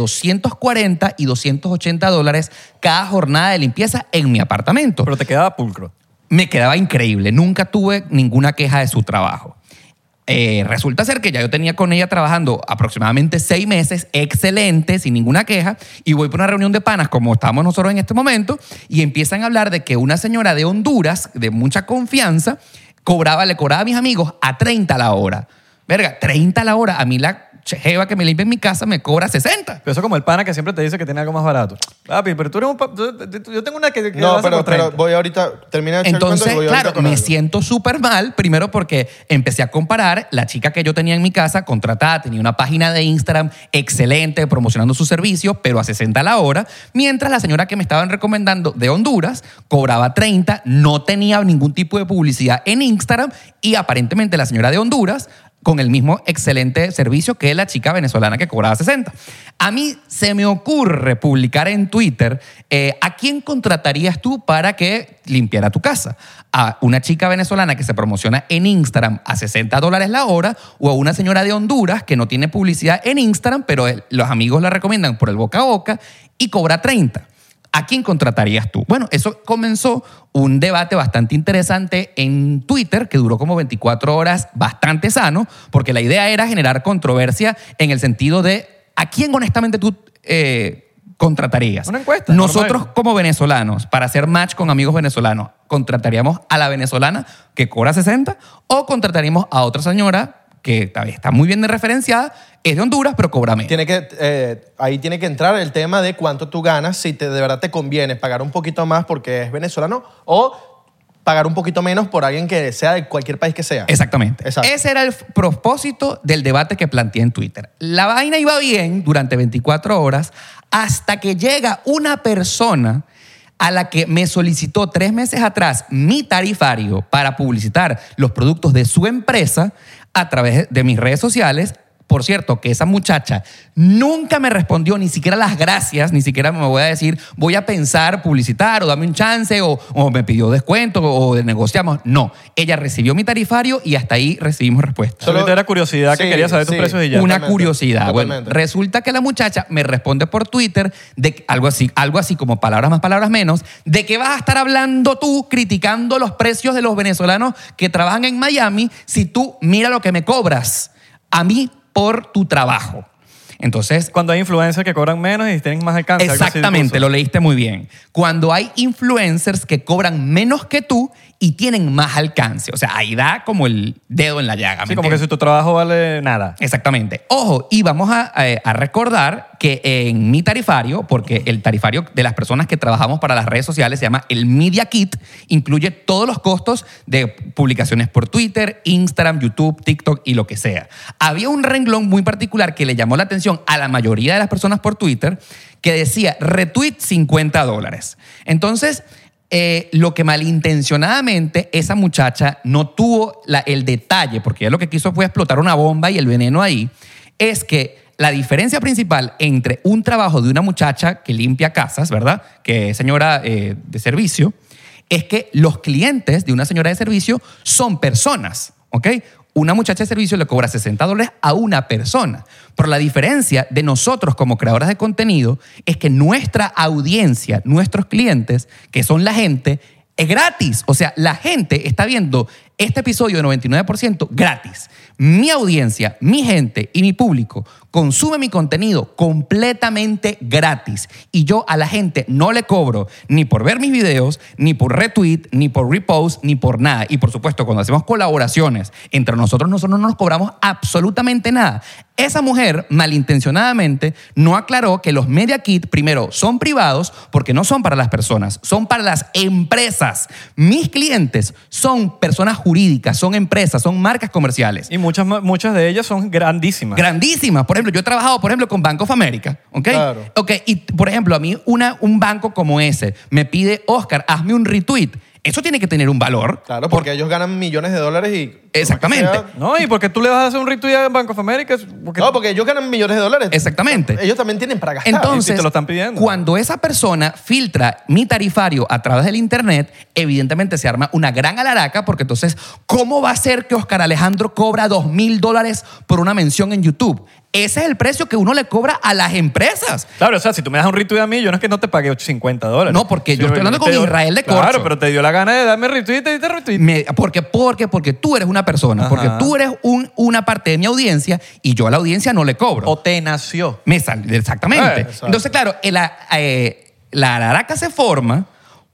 A: 240 y 280 dólares cada jornada de limpieza en mi apartamento.
B: Pero te quedaba pulcro.
A: Me quedaba increíble. Nunca tuve ninguna queja de su trabajo. Eh, resulta ser que ya yo tenía con ella trabajando aproximadamente seis meses, excelente, sin ninguna queja, y voy por una reunión de panas como estamos nosotros en este momento, y empiezan a hablar de que una señora de Honduras, de mucha confianza, cobraba, le cobraba a mis amigos a 30 la hora. Verga, 30 la hora. A mí la jeva que me limpia en mi casa me cobra 60.
D: Pero eso es como el pana que siempre te dice que tiene algo más barato. Papi, pero tú eres un... pa- tú- tú- tú- yo tengo una que... que la
C: No,
D: hace
C: pero,
D: por
C: pero
D: 30.
C: voy ahorita, termina de echar el cuento
A: Entonces,
C: y voy ahorita
A: claro,
C: con
A: me
C: algo.
A: siento súper mal, primero porque empecé a comparar la chica que yo tenía en mi casa, contratada, tenía una página de Instagram excelente, promocionando sus servicios, pero a 60 la hora, mientras la señora que me estaban recomendando de Honduras cobraba 30, no tenía ningún tipo de publicidad en Instagram y aparentemente la señora de Honduras con el mismo excelente servicio que la chica venezolana que cobraba 60. A mí se me ocurre publicar en Twitter eh, a quién contratarías tú para que limpiara tu casa. A una chica venezolana que se promociona en Instagram a 60 dólares la hora o a una señora de Honduras que no tiene publicidad en Instagram, pero el- los amigos la recomiendan por el boca a boca y cobra 30. ¿A quién contratarías tú? Bueno, eso comenzó un debate bastante interesante en Twitter que duró como 24 horas, bastante sano, porque la idea era generar controversia en el sentido de ¿a quién honestamente tú eh, contratarías?
D: Una encuesta,
A: Nosotros
D: normal.
A: como venezolanos, para hacer match con amigos venezolanos, ¿contrataríamos a la venezolana que cobra 60 o contrataríamos a otra señora que a ver, está muy bien referenciada, es de Honduras, pero cobra menos?
C: Tiene que, eh, ahí tiene que entrar el tema de cuánto tú ganas, si te, de verdad te conviene pagar un poquito más porque es venezolano o pagar un poquito menos por alguien que sea de cualquier país que sea.
A: Exactamente.
C: Exacto.
A: Ese era el f- propósito del debate que planteé en Twitter. La vaina iba bien durante 24 horas hasta que llega una persona a la que me solicitó tres meses atrás mi tarifario para publicitar los productos de su empresa a través de mis redes sociales. Por cierto, que esa muchacha nunca me respondió ni siquiera las gracias, ni siquiera me voy a decir, voy a pensar publicitar o dame un chance o, o me pidió descuento o, o negociamos. No, ella recibió mi tarifario y hasta ahí recibimos respuesta.
D: Solamente era curiosidad que quería saber tus precios y ya.
A: Una
C: Totalmente,
A: curiosidad. Bueno,
C: totalmente.
A: resulta que la muchacha me responde por Twitter de que- algo así, algo así como palabras más, palabras menos, de que vas a estar hablando tú criticando los precios de los venezolanos que trabajan en Miami si tú mira lo que me cobras a mí por tu trabajo. Entonces,
D: Cuando hay influencers que cobran menos y tienen más alcance. algo así
A: Exactamente,
D: puso.
A: lo leíste muy bien. Cuando hay influencers que cobran menos que tú y tienen más alcance. O sea, ahí da como el dedo en la llaga. ¿me
D: Sí, como que
A: entiendes?
D: si tu trabajo vale nada.
A: Exactamente. Ojo, y vamos a, eh, a recordar que en mi tarifario, porque el tarifario de las personas que trabajamos para las redes sociales se llama el Media Kit, incluye todos los costos de publicaciones por Twitter, Instagram, YouTube, TikTok y lo que sea. Había un renglón muy particular que le llamó la atención a la mayoría de las personas por Twitter que decía retweet 50 dólares. Entonces, eh, lo que malintencionadamente esa muchacha no tuvo la- el detalle, porque ella lo que quiso fue explotar una bomba y el veneno ahí, es que la diferencia principal entre un trabajo de una muchacha que limpia casas, ¿verdad? Que es señora eh, de servicio, es que los clientes de una señora de servicio son personas, ¿ok? Una muchacha de servicio le cobra 60 dólares a una persona. Pero la diferencia de nosotros como creadoras de contenido es que nuestra audiencia, nuestros clientes, que son la gente, es gratis. O sea, la gente está viendo este episodio de 99% gratis. Mi audiencia, mi gente y mi público consume mi contenido completamente gratis. Y yo a la gente no le cobro ni por ver mis videos, ni por retweet, ni por repost, ni por nada. Y por supuesto, cuando hacemos colaboraciones entre nosotros, nosotros no nos cobramos absolutamente nada. Esa mujer, malintencionadamente, no aclaró que los Media Kit, primero, son privados porque no son para las personas, son para las empresas. Mis clientes son personas jurídicas, son empresas, son marcas comerciales.
D: Y muchas, ma- muchas de ellas son grandísimas.
A: Grandísimas. Por ejemplo, yo he trabajado, por ejemplo, con Bank of America, ¿ok?
C: Claro.
A: Ok, y por ejemplo, a mí una, un banco como ese me pide, Oscar, hazme un retweet. Eso tiene que tener un valor.
C: Claro, porque ellos ganan millones de dólares y...
A: Exactamente.
C: Sea-
D: no, y porque tú le vas a hacer un retweet a Bank of America. Porque
C: No, porque ellos ganan millones de dólares.
A: Exactamente.
C: Ellos también tienen
D: [LAUGHS]
C: para gastar.
A: Entonces,
D: te lo están pidiendo.
A: cuando esa persona filtra mi tarifario a través del internet, evidentemente se arma una gran alaraca porque entonces, ¿cómo va a ser que Oscar Alejandro cobra dos mil dólares por una mención en YouTube? Ese es el precio que uno le cobra a las empresas.
D: Claro, o sea, si tú me das un retweet a mí, yo no es que no te pague 50 dólares.
A: No, porque yo
D: Si
A: estoy hablando
D: te
A: con
D: dio-
A: Israel de Corcho.
D: Claro, pero te dio la gana de darme retweet y te diste retweet.
A: Me- porque, porque, porque tú eres una persona,
D: Ajá.
A: porque tú eres un- una parte de mi audiencia y yo a la audiencia no le cobro.
D: O te nació.
A: Me sal- exactamente.
D: Eh,
A: Entonces, claro, el a- eh, la alaraca se forma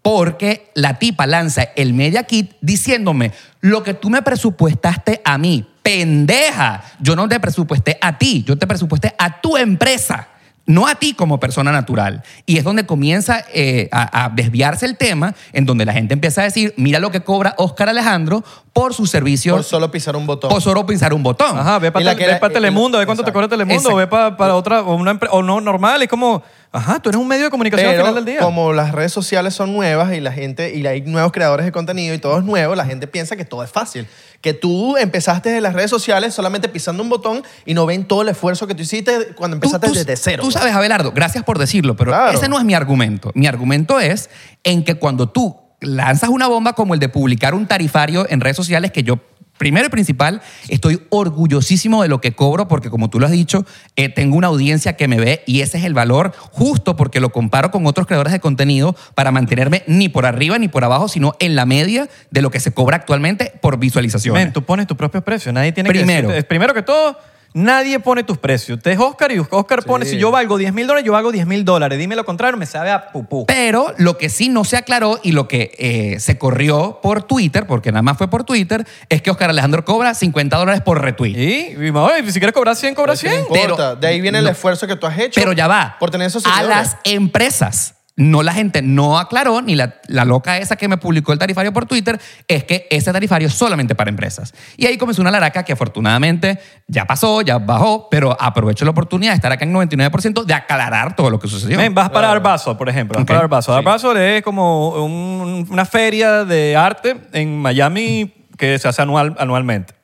A: porque la tipa lanza el media kit diciéndome lo que tú me presupuestaste a mí, pendeja. Yo no te presupuesté a ti, yo te presupuesté a tu empresa. No a ti como persona natural. Y es donde comienza eh, a, a desviarse el tema, en donde la gente empieza a decir, mira lo que cobra Oscar Alejandro por su servicio,
C: Por solo pisar un botón.
A: por solo pisar un botón.
B: Ajá, ve
C: Y la
B: para
C: que era- y-
B: Telemundo, ve cuánto te
C: exacto.
B: cobra Telemundo,
A: Exacto.
B: ve para, otra, o, una empre- o no normal, es como, ajá, tú eres un medio de comunicación al final del día.
C: Pero como las redes sociales son nuevas y la gente y hay nuevos creadores de contenido y todo es nuevo, la gente piensa que todo es fácil. Que tú empezaste en las redes sociales solamente pisando un botón y no ven todo el esfuerzo que tú hiciste cuando
A: Tú-
C: empezaste
A: tú-
C: desde cero.
A: Tú
C: pues.
A: sabes, Abelardo, gracias por decirlo, pero
C: Claro.
A: ese no es mi argumento. Mi argumento es en que cuando tú lanzas una bomba como el de publicar un tarifario en redes sociales que yo... Primero y principal, estoy orgullosísimo de lo que cobro porque como tú lo has dicho, eh, tengo una audiencia que me ve y ese es el valor justo porque lo comparo con otros creadores de contenido para mantenerme ni por arriba ni por abajo, sino en la media de lo que se cobra actualmente por visualización.
B: Men, tú pones tus propios precios, nadie tiene que
A: Primero.
B: decirte- es- Primero que todo, nadie pone tus precios. Usted es Oscar y Oscar pone, si yo valgo 10 mil dólares, yo valgo 10 mil dólares. Dime lo contrario, me sabe a pupú.
A: Pero lo que sí no se aclaró y lo que eh, se corrió por Twitter, porque nada más fue por Twitter, es que Oscar Alejandro cobra 50 dólares por retweet.
B: Y, y, oye, si quieres cobrar 100, cobra
C: Pero ¿qué
B: 100.
C: le importa?
A: pero-
C: de ahí viene el
A: no.
C: esfuerzo que tú has hecho.
A: Pero ya va.
C: Por tener esos
A: A
C: seguidores.
A: las empresas. No, la gente no aclaró, ni la, la loca esa que me publicó el tarifario por Twitter, es que ese tarifario es solamente para empresas. Y ahí comenzó una laraca que afortunadamente ya pasó, ya bajó, pero aprovecho la oportunidad de estar acá en 99% de aclarar todo lo que sucedió.
B: Men, vas para Arbaso, por ejemplo. Vas
A: Ok.
B: para Arbaso. Arbaso es como un- una feria de arte en Miami que se hace anual, anualmente.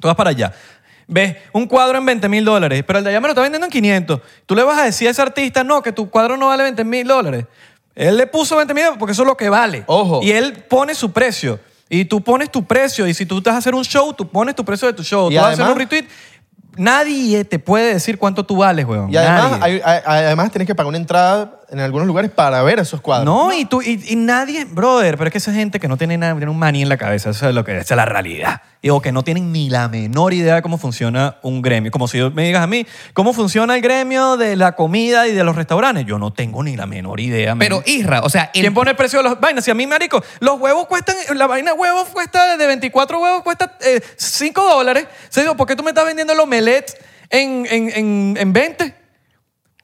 B: Tú vas para allá. Ves un cuadro en 20 mil dólares, pero el de allá me lo está vendiendo en 500. Tú le vas a decir a ese artista, no, que tu cuadro no vale 20 mil dólares. Él le puso 20 mil porque eso es lo que vale.
C: Ojo.
B: Y él pone su precio. Y tú pones tu precio. Y si tú estás a hacer un show, tú pones tu precio de tu show.
C: Y
B: tú vas a hacer un
C: además-
B: retweet. Nadie te puede decir cuánto tú vales, weón.
C: Y además,
B: Nadie.
C: hay- hay- además tienes que pagar una entrada en algunos lugares para ver esos cuadros.
B: No, y tú, y, y nadie, brother, pero es que esa gente que no tiene nada, tiene un maní en la cabeza, eso es lo que esa es la realidad. Y, o que no tienen ni la menor idea de cómo funciona un gremio. Como si yo- me digas a mí, ¿cómo funciona el gremio de la comida y de los restaurantes? Yo no tengo ni la menor idea.
A: Pero
B: men.
A: Isra, o sea, el-
B: ¿Quién pone el precio de las vainas? Si a mí, marico, los huevos cuestan, la vaina de huevos cuesta, de 24 huevos cuesta 5 dólares. Se digo, ¿por qué tú me estás vendiendo el omelette en, en, en, en 20?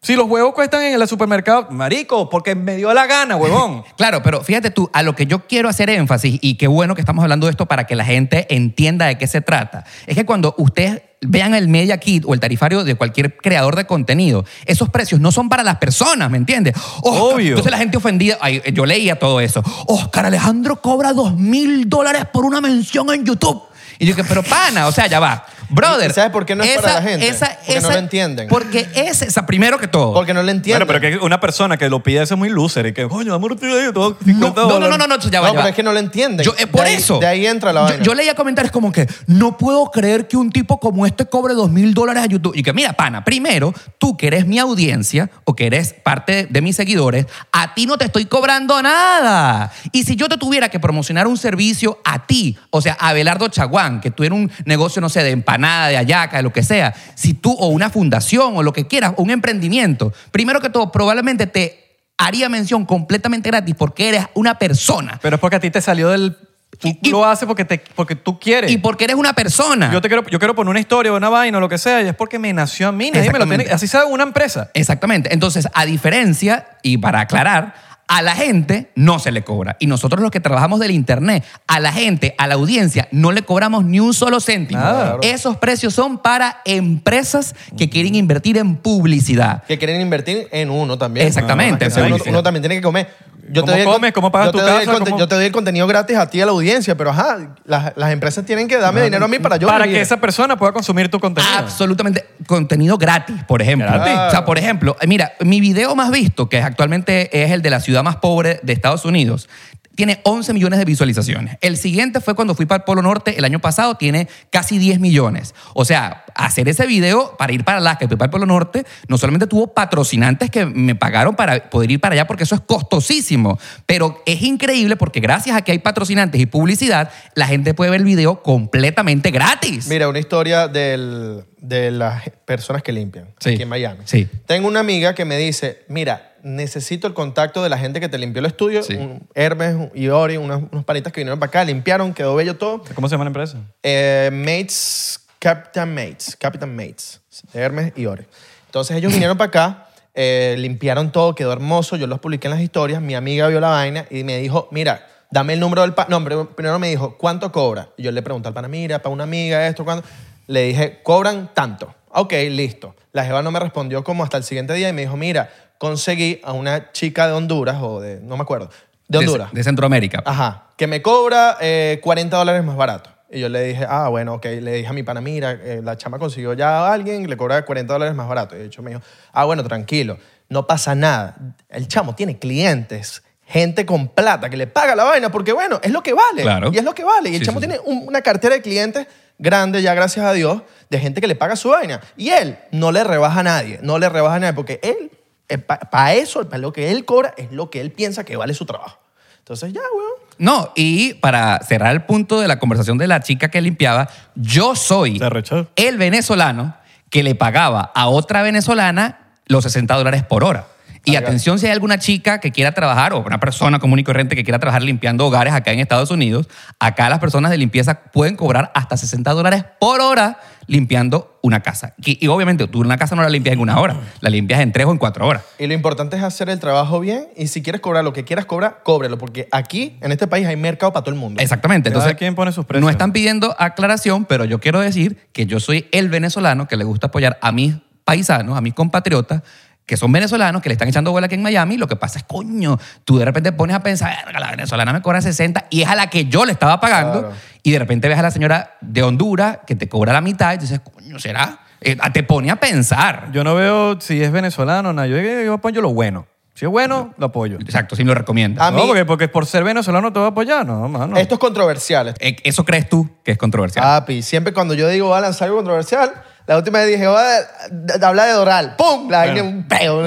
B: Si los huevos cuestan en el supermercado, marico, porque me dio la gana, huevón.
A: Claro, pero fíjate tú, a lo que yo quiero hacer énfasis, y qué bueno que estamos hablando de esto para que la gente entienda de qué se trata, es que cuando ustedes vean el media kit o el tarifario de cualquier creador de contenido, esos precios no son para las personas, ¿me entiendes? Oscar-
B: Obvio.
A: Entonces la gente ofendida, ay, yo leía todo eso, Oscar Alejandro cobra dos mil dólares por una mención en YouTube. Y yo que, pero pana, o sea, ya va. Brother.
C: ¿Y sabes por qué no es para la gente? Porque no lo entienden.
A: Porque es esa, primero que todo.
C: Porque no lo entienden.
B: Bueno, pero que una persona que lo pide eso es muy loser y que, coño, amor, tío, yo tengo 50
A: no, no, no,
B: dólares.
A: no, no, ya va, ya va.
C: No, pero es que no lo entienden.
A: Yo, eh, por
C: De ahí-
A: eso.
C: de ahí entra la
A: Yo-
C: vaina.
A: Yo, leía comentarios como que no puedo creer que un tipo como este cobre dos mil dólares a YouTube. Y que mira, pana, primero, tú que eres mi audiencia o que eres parte de, de mis seguidores, a ti no te estoy cobrando nada. Y si yo te tuviera que promocionar un servicio a ti, o sea, a Abelardo Chaguán, que tuviera un negocio, no sé, de empanada, de ayaca, de lo que sea, si tú o una fundación o lo que quieras, o un emprendimiento, primero que todo, probablemente te haría mención completamente gratis porque eres una persona.
B: [LAUGHS] Pero es porque a ti te salió del... Tú
A: Y- y-
B: lo haces porque, te, porque tú quieres.
A: Y porque eres una persona.
B: Yo, te quiero, yo quiero poner una historia o una vaina o lo que sea y es porque me nació a mí. Nadie me lo tiene-
A: Exactamente.
B: Así sabe una empresa.
A: Exactamente. Entonces, a diferencia, y para aclarar, a la gente no se le cobra. Y nosotros los que trabajamos del Internet, a la gente, a la audiencia, no le cobramos ni un solo céntimo.
B: Nada.
A: Esos precios son para empresas que quieren invertir en publicidad.
C: que quieren invertir en uno también.
A: Exactamente,
C: Porque
A: en
C: uno,
A: publicidad.
C: uno también tiene que comer.
B: ¿Cómo
C: doy el con-
B: comes? ¿Cómo pagas
C: yo
B: tu
C: te doy el
B: casa?
C: conte-
B: ¿Cómo-
C: Yo te doy el contenido gratis a ti, a la audiencia, pero ajá, las, las empresas tienen que darme dinero a mí para yo
B: Ah, para
C: vivir.
B: que esa persona pueda consumir tu contenido.
A: Absolutamente. Contenido gratis, por ejemplo.
B: Gratis.
A: O sea, por ejemplo, eh, mira, mi video más visto, que actualmente es el de la ciudad más pobre de Estados Unidos, tiene 11 millones de visualizaciones. El siguiente fue cuando fui para el Polo Norte el año pasado, tiene casi 10 millones. O sea, hacer ese video para ir para Alaska y fui para el Polo Norte, no solamente tuvo patrocinantes que me pagaron para poder ir para allá, porque eso es costosísimo, pero es increíble porque gracias a que hay patrocinantes y publicidad, la gente puede ver el video completamente gratis.
C: Mira, una historia del- de las personas que limpian
A: Sí.
C: aquí en Miami.
A: Sí.
C: Tengo una amiga que me dice, mira, necesito el contacto de la gente que te limpió el estudio.
A: Sí.
C: Un Hermes y Ori, unos, unos panitas que vinieron para acá, limpiaron, quedó bello todo.
D: ¿Cómo se llama la empresa?
C: Eh, Mates, Captain Mates, Captain Mates, Hermes y Ore. Entonces ellos vinieron para acá, eh, limpiaron todo, quedó hermoso, yo los publiqué en las historias, mi amiga vio la vaina y me dijo, mira, dame el número del pana. No, primero- primero me dijo, ¿cuánto cobra? Y yo le pregunté al pana, mira, para una amiga, esto, ¿cuánto? Le dije, cobran tanto. Ok, listo. La jeva no me respondió como hasta el siguiente día y me dijo, mira, conseguí a una chica de Honduras o de, no me acuerdo, de Honduras. Ah.
A: De, Centroamérica.
C: Ajá, que me cobra eh, 40 dólares más barato. Y yo le dije, ah, bueno, ok. Le dije a mi pana, mira, eh, la chama consiguió ya a alguien, le cobra 40 dólares más barato. Y de hecho me dijo, ah, bueno, tranquilo, no pasa nada. El chamo tiene clientes, gente con plata que le paga la vaina, porque bueno, es lo que vale.
A: Claro.
C: Y es lo que vale. Y el
A: Sí,
C: chamo
A: sí, sí.
C: tiene un- una cartera de clientes grande ya, gracias a Dios, de gente que le paga su vaina. Y él no le rebaja a nadie, no le rebaja a nadie, porque él, para eso, para lo que él cobra, es lo que él piensa que vale su trabajo. Entonces ya, weón.
A: No, y para cerrar el punto de la conversación de la chica que limpiaba, yo soy
D: Se arrechó.
A: el venezolano que le pagaba a otra venezolana los 60 dólares por hora. Y
C: Carga.
A: atención si hay alguna chica que quiera trabajar o una persona común y corriente que quiera trabajar limpiando hogares acá en Estados Unidos, acá las personas de limpieza pueden cobrar hasta 60 dólares por hora limpiando una casa. Y, y obviamente tú una casa no la limpias en una hora, la limpias en tres o en cuatro horas.
C: Y lo importante es hacer el trabajo bien y si quieres cobrar lo que quieras cobrar, cóbrelo, porque aquí, en este país, hay mercado para todo el mundo.
A: Exactamente.
D: Cada
A: Entonces,
D: quien pone sus precios.
A: No están pidiendo aclaración, pero yo quiero decir que yo soy el venezolano que le gusta apoyar a mis paisanos, a mis compatriotas, que son venezolanos, que le están echando bola aquí en Miami. Lo que pasa es, coño, tú de repente pones a pensar, "Verga, la venezolana me cobra 60 y es a la que yo le estaba pagando.
C: Claro.
A: Y de repente ves a la señora de Honduras que te cobra la mitad y dices, coño, ¿será? Eh, te pone a pensar.
D: Yo no veo si es venezolano o nada. Yo, "Eh, yo apoyo lo bueno. Si es bueno, lo apoyo.
A: Exacto, si me lo recomienda.
C: A
D: no,
C: mí-
D: porque, porque por ser venezolano te voy a apoyar. No, mano.
C: Esto es controversial. esto-
A: Eh, Eso crees tú que es controversial.
D: Ah.
C: Papi, siempre cuando yo digo voy a lanzar algo controversial, la última vez dije, voy a d- d- hablar de Doral. ¡Pum! La vaina un
D: [LAUGHS]
C: peo.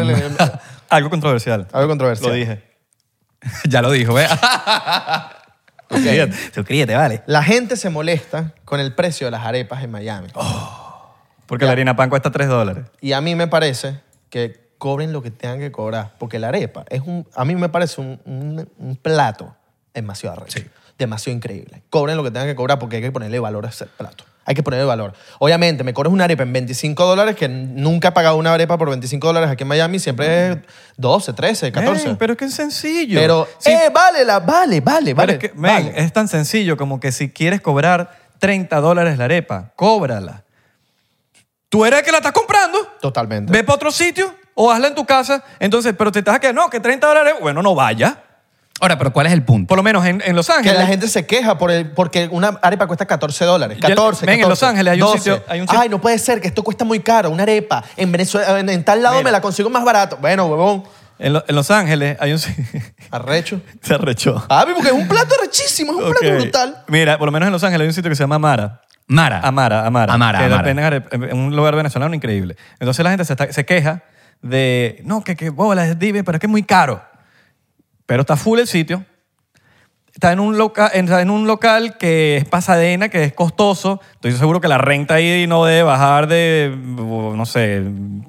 D: Algo controversial.
C: Algo controversial.
D: Lo dije.
A: [LAUGHS] ya lo dijo, ¿eh? [LAUGHS]
D: Suscríbete, suscríbete, vale.
C: La gente se molesta con el precio de las arepas en Miami.
D: Oh. Porque la harina pan cuesta 3 dólares.
C: Y a mí me parece que cobren lo que tengan que cobrar, porque la arepa es un, a mí me parece un, un- un plato demasiado arrecho, demasiado increíble. Cobren lo que tengan que cobrar porque hay que ponerle valor a ese plato. Hay que ponerle valor. Obviamente, me cobras una arepa en 25 dólares, que nunca he pagado una arepa por 25 dólares aquí en Miami, siempre es 12, 13, 14.
D: Mm.
C: pero,
D: Men, pero es que es sencillo. Sí,
C: eh, vale, la, vale, vale,
D: pero
C: vale.
D: es que, men,
C: vale.
D: es tan sencillo como que si quieres cobrar 30 dólares la arepa, cóbrala. Tú eres el que la estás comprando.
C: Totalmente.
D: Ve para otro sitio o hazla en tu casa. Entonces, pero te estás que no, que 30 dólares, bueno, no vaya.
A: Ahora, pero ¿cuál es el punto?
D: Por lo menos en, en Los
C: Que
D: Ángeles.
C: la gente se queja por el, porque una arepa cuesta 14 dólares.
D: Ya-
C: 14,
D: ven, en
C: 14,
D: Los Ángeles hay un
C: 12.
D: sitio- hay un sitio-
C: Ay, no puede ser que esto cuesta muy caro, una arepa. En Venezuela, en, en tal lado
D: Mira.
C: me la consigo más barato. Bueno, huevón,
D: En, Lo- en Los Ángeles hay un sitio.
C: arrecho.
D: [LAUGHS] se arrechó.
C: Ah, porque es un plato rechísimo, es un
D: Ok.
C: plato brutal.
D: Mira, por lo menos en Los Ángeles hay un sitio que se llama Mara.
A: Mara.
D: Amara, Amara.
A: Amara,
D: Que
A: Amara.
D: depende de- en un lugar venezolano increíble. Entonces la gente se, está- se queja de, no, que, que bolas, es divi, pero es que es muy caro. Pero está full el sitio. Está en un, loca- en- está en un local que es pasadena, que es costoso. Estoy seguro que la renta ahí no debe bajar de, no sé,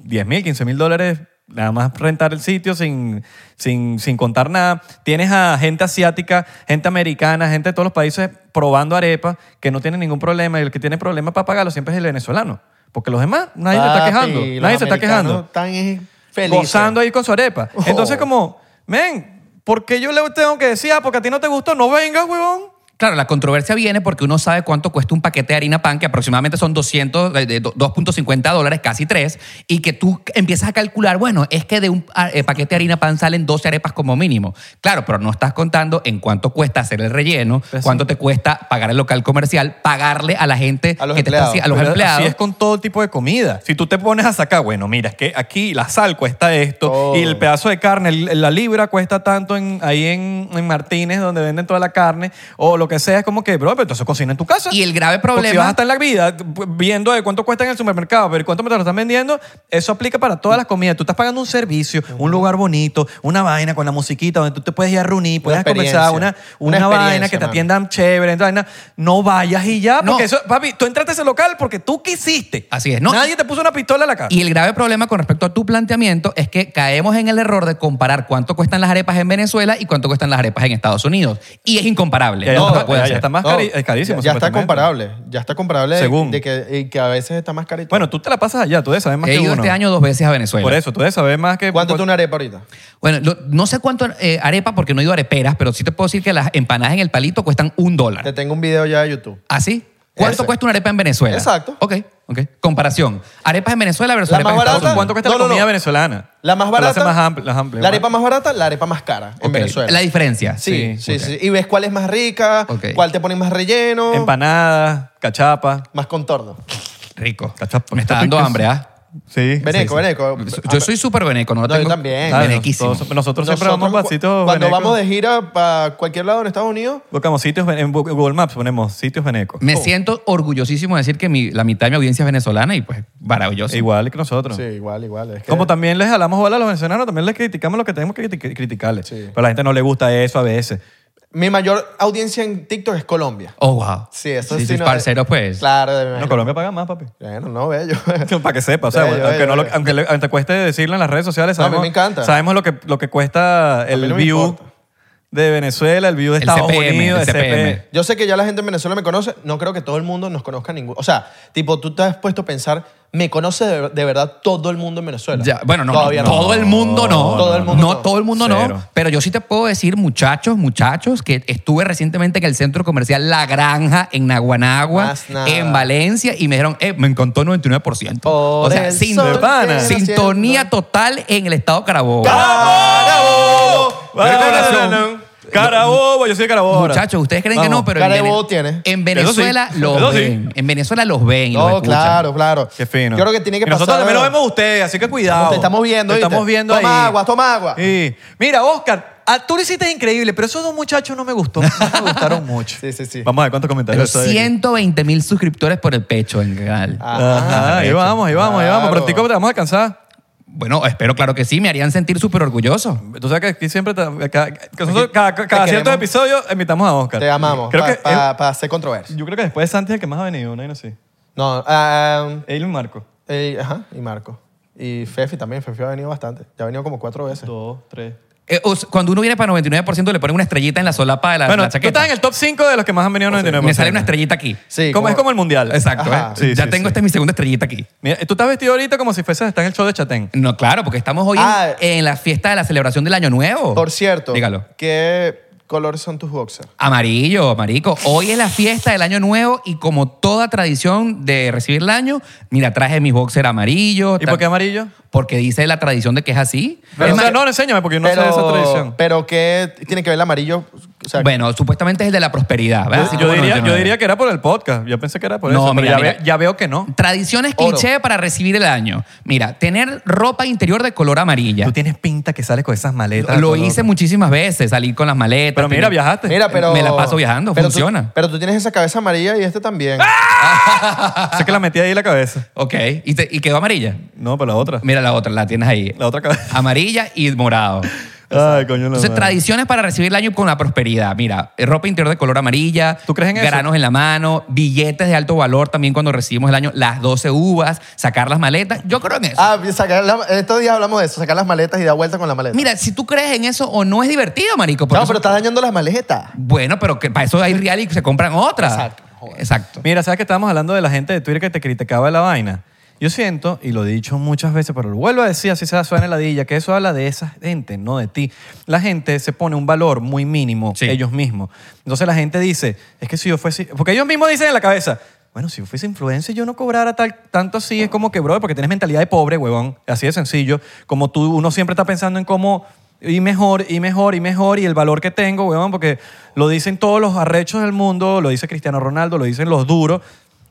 D: 10 mil, 15 mil dólares. Nada más rentar el sitio sin, sin, sin contar nada. Tienes a gente asiática, gente americana, gente de todos los países probando arepas que no tienen ningún problema. Y el que tiene problema para pagarlo siempre es el venezolano. Porque los demás, nadie se está
C: Papi,
D: quejando.
C: los
D: Nadie se está
C: americanos
D: quejando
C: Están eh, [LAUGHS] felices.
D: gozando ahí con su arepa.
C: Oh.
D: Entonces, como, men, ¿por qué yo le tengo que decir, ah, porque a ti no te gustó, no vengas, huevón?
A: Claro, la controversia viene porque uno sabe cuánto cuesta un paquete de harina pan, que aproximadamente son 200, de- de 2.50 dólares, casi 3, y que tú empiezas a calcular, bueno, es que de un ah, eh, paquete de harina pan salen 12 arepas como mínimo. Claro, pero no estás contando en cuánto cuesta hacer el relleno,
D: Pues sí.
A: cuánto te cuesta pagar el local comercial, pagarle a la gente
C: A los
A: que te está
C: empleados.
A: haci- a los
D: Pero
A: empleados.
D: Así es con todo tipo de comida. Si tú te pones a sacar, bueno, mira, es que aquí la sal cuesta esto
C: Todo.
D: y el pedazo de carne, el- la libra cuesta tanto en, ahí en, en Martínez, donde venden toda la carne, o lo lo que sea, es como que, bro, pero entonces cocina en tu casa.
A: Y el grave
D: Porque si vas
A: problema
D: a estar en la vida pues, viendo de cuánto cuesta en el supermercado, pero cuánto me te lo están vendiendo, eso aplica para todas las comidas. Tú estás pagando un servicio, un lugar bonito, una vaina con la musiquita donde tú te puedes ir a reunir, puedes conversar,
C: experiencia.
D: una,
C: Una
D: una, vaina que
C: experiencia,
D: te
C: mano.
D: atiendan chévere, entonces, vaina, no vayas y ya,
A: No.
D: porque eso, papi, tú entraste a ese local porque tú quisiste.
A: Así es, no.
D: Nadie te puso una pistola en la cara.
A: Y el grave problema con respecto a tu planteamiento es que caemos en el error de comparar cuánto cuestan las arepas en Venezuela y cuánto cuestan las arepas en Estados Unidos. Y es incomparable.
D: Ya, ya
A: no
D: está,
A: se puede
D: ya, ya
A: hacer.
D: está más cari- es carísimo,
C: Ya, ya está
D: supuestamente.
C: comparable. Ya está comparable de-
D: Según.
C: de, que, y que a veces está más carito.
D: Bueno, tú te la pasas allá, tú debes saber más
A: He
D: que
A: ido
D: uno.
A: este año dos veces a Venezuela.
D: Por eso, tú debes saber más que...
C: ¿cuánto está una arepa ahorita?
A: Bueno, lo- no sé cuánto eh, arepa porque no he ido a areperas, pero sí te puedo decir que las empanadas en el palito cuestan un
C: Te
A: dólar.
C: tengo un video ya de YouTube.
A: ¿Así? ¿Cuánto
C: Ese.
A: cuesta una arepa en Venezuela?
C: Exacto.
A: Ok, ok. Comparación. Arepas en Venezuela versus
C: La
A: arepas
C: más
A: en Estados
C: barata,
A: Unidos.
D: ¿Cuánto cuesta
C: No,
D: la
C: no,
D: comida
C: no.
D: venezolana?
C: La más
D: Lo
C: barata.
D: hace más amplia. más amplia,
C: la
D: igual.
C: arepa más barata, la arepa más cara en
A: Ok.
C: Venezuela.
A: La diferencia.
C: sí, sí,
A: ok.
C: sí. Y ves cuál es más rica,
A: Ok.
C: cuál te ponen más relleno,
D: Empanadas, cachapa.
C: más
D: [LAUGHS]
C: contorno.
A: Rico.
D: Cachapa.
A: Me está dando hambre, ¿ah?
D: Sí.
C: Veneco, veneco.
A: Yo soy súper veneco, no lo
C: No,
A: tengo.
C: yo también.
D: Claro,
A: Venequísimo.
D: todos- nosotros siempre vamos
C: cu-
D: pasitos
C: Cuando
D: venecos.
C: vamos de gira para cualquier lado en Estados Unidos,
D: Buscamos sitios, vene- en Google Maps ponemos sitios venecos.
A: Me siento orgullosísimo de decir que mi- la mitad de mi audiencia es venezolana y pues maravilloso.
D: Igual que nosotros.
C: sí, igual, igual. es que-
D: Como también les jalamos bola a los venezolanos, también les criticamos lo que tenemos que criti- criticarles.
C: Sí.
D: Pero a la gente no le gusta eso a veces.
C: Mi mayor audiencia en TikTok es Colombia.
A: Oh, wow.
C: Sí, eso
A: sí.
C: sí.
A: sus
C: no-
A: parceros, pues.
C: Claro, de
D: No, Colombia paga más, papi. [LAUGHS]
C: Bueno, no, bello.
D: Para que sepa, o sea,
C: Bello,
D: aunque,
C: bello,
D: no lo-
C: bello.
D: aunque le- aunque te cueste decirlo en las redes sociales,
C: No, a mí
D: sabemos,
C: me encanta.
D: sabemos lo, que, lo que cuesta
C: mí
D: el
C: no me
D: view
C: importa.
D: de Venezuela, el view de
A: El
D: Estados
A: CPM,
D: Unidos,
A: el
D: el CPM.
A: CPM.
C: Yo sé que ya la gente en Venezuela me conoce. No creo que todo el mundo nos conozca ninguno. O sea, tipo, tú te has puesto a pensar, me conoce de, de verdad todo el mundo en Venezuela.
A: Ya, bueno, no,
C: Todavía
A: no, todo el mundo no.
C: Todo el mundo
A: no.
C: no.
A: todo el mundo no.
D: Cero.
A: Pero yo sí te puedo decir, muchachos, muchachos, que estuve recientemente en el centro comercial La Granja, en Naguanagua,
C: Más nada.
A: en Valencia, y me dijeron, eh, me encantó 99%.
C: Por
A: o sea,
C: el
A: sin-
C: sol ¡Ah!
D: de pana.
C: que
A: sintonía total en el estado Carabobo.
D: ¡Carabobo!
C: Reconoción.
D: ¡Carabobo! Yo soy de Carabobo. ahora.
A: Muchachos, ustedes creen que
D: Vamos.
A: no, pero en,
C: Cara de
A: Vene-
C: bobo tiene.
A: en
D: Eso sí.
A: Venezuela
D: Eso
A: los
D: sí.
A: ven. En Venezuela los ven. y los
C: No,
A: escuchan.
C: claro, claro.
D: Qué fino.
C: Yo creo que tiene que
D: Y Nosotros
C: pasar.
D: también lo vemos a ustedes, así que cuidado.
C: Te estamos viendo,
D: Te
C: ¿viste?
D: estamos viendo
C: Toma
D: ahí.
C: agua, toma agua.
D: Sí. Mira, Oscar, a- tú lo hiciste increíble, pero esos dos muchachos no me gustó. No me gustaron mucho.
C: Sí, sí, sí.
D: Vamos a ver cuántos
A: Pero
D: comentarios hay aquí.
A: 120 mil suscriptores por el pecho en general.
C: Ah.
D: Ajá, Ah, ahí vamos, ahí vamos, ahí vamos.
C: Claro.
D: Pero tico, te vamos a alcanzar.
A: Bueno, espero, claro que sí. Me harían sentir súper orgulloso.
D: Tú sabes que aquí siempre, te- cada, que nosotros cada, cada
C: te
D: cierto
C: queremos.
D: episodio invitamos a Oscar.
C: Te amamos.
D: Creo que
C: Para hacer controversia.
D: él- yo creo que después de Santi es el que más ha venido, ¿no? Y no sé.
C: No, ah,
D: Él y Marco.
C: eh, ajá, y Marco. Y Fefi también. Fefi ha venido bastante. Ya ha venido como cuatro veces.
D: Dos, tres.
A: Eh, o sea, cuando uno viene para 99% le ponen una estrellita en la solapa de la,
D: Bueno,
A: Ah, la
D: tú
A: chaqueta.
D: estás en el top 5 de los que más han venido 99%.
A: Me sale una estrellita aquí.
C: Sí,
D: Como,
C: como-
D: es como el mundial.
A: Exacto.
C: Ajá.
A: ¿eh?
D: Sí,
A: ya
D: sí,
A: tengo
D: sí.
A: esta es mi segunda estrellita aquí.
D: Mira, tú estás vestido ahorita como si fueses a estar en el show de Chatén.
A: No, claro, porque estamos hoy en-
C: Ah.
A: en, la fiesta de la celebración del Año Nuevo.
C: Por cierto,
A: Dígalo.
C: ¿qué colores son tus boxers?
A: Amarillo, marico. Hoy es la fiesta del año nuevo y como toda tradición de recibir el año, mira, traje mis boxer amarillos.
D: ¿Y
A: tal-
D: por qué amarillo?
A: Porque dice la tradición de que es así.
D: Pero,
A: Es más,
D: no, no, enséñame porque yo no sé de esa tradición.
C: Pero ¿qué tiene que ver el amarillo? O sea,
A: bueno, supuestamente es el de la prosperidad. ¿verdad? Así
D: yo,
A: como
D: diría, yo
A: 99.
D: diría que era por el podcast. Yo pensé que era por
A: Ah, No,
D: eso,
A: mira,
D: pero ya,
A: mira.
D: ve- ya veo que no.
A: Tradiciones
C: Oro.
A: cliché para recibir el año. Mira, tener ropa interior de color amarilla.
D: Tú tienes pinta que sales con esas maletas.
A: Lo
D: todo
A: hice
D: loco.
A: muchísimas veces, salir con las maletas.
D: Pero mira,
A: tener-
D: viajaste.
C: mira, pero...
A: me la paso viajando,
C: pero
A: funciona.
C: Tú, pero tú tienes esa cabeza amarilla y este también.
D: ¡Ah! Sé que la metí ahí en la cabeza.
A: Ok, ¿Y, te- y quedó amarilla.
D: No, pero la otra.
A: Mira la otra, la tienes ahí.
D: La
A: [LAUGHS]
D: otra cabeza.
A: Amarilla y morado.
D: Ay, coño, la
A: Entonces,
D: madre.
A: tradiciones para recibir el año con la prosperidad. Mira, eh, ropa interior de color amarilla,
D: ¿Tú crees en eso?
A: granos en la mano, billetes de alto valor también cuando recibimos el año, las 12 uvas, sacar las maletas. Yo creo en eso.
C: Ah, sacar la- estos días hablamos de eso, sacar las maletas y dar vuelta con la maleta.
A: Mira, si tú crees en eso o no es divertido, marico. porque
C: no,
A: eso-
C: pero estás dañando las maletas.
A: Bueno, pero que para eso hay real y se compran otras.
C: Exacto, joder.
A: Exacto.
D: Mira, ¿sabes que estábamos hablando de la gente de Twitter que te criticaba la vaina? Yo siento, y lo he dicho muchas veces, pero lo vuelvo a decir, así se suena la dilla, que eso habla de esa gente, no de ti. La gente se pone un valor muy mínimo
A: Sí.
D: ellos mismos. Entonces la gente dice, es que si yo fuese... Porque ellos mismos dicen en la cabeza, bueno, si yo fuese influencer yo no cobrara tal, tanto así. Es como que, bro, porque tienes mentalidad de pobre, huevón. Así de sencillo. Como tú, uno siempre está pensando en cómo y mejor, y mejor, y mejor, y el valor que tengo, weón, porque lo dicen todos los arrechos del mundo, lo dice Cristiano Ronaldo, lo dicen los duros.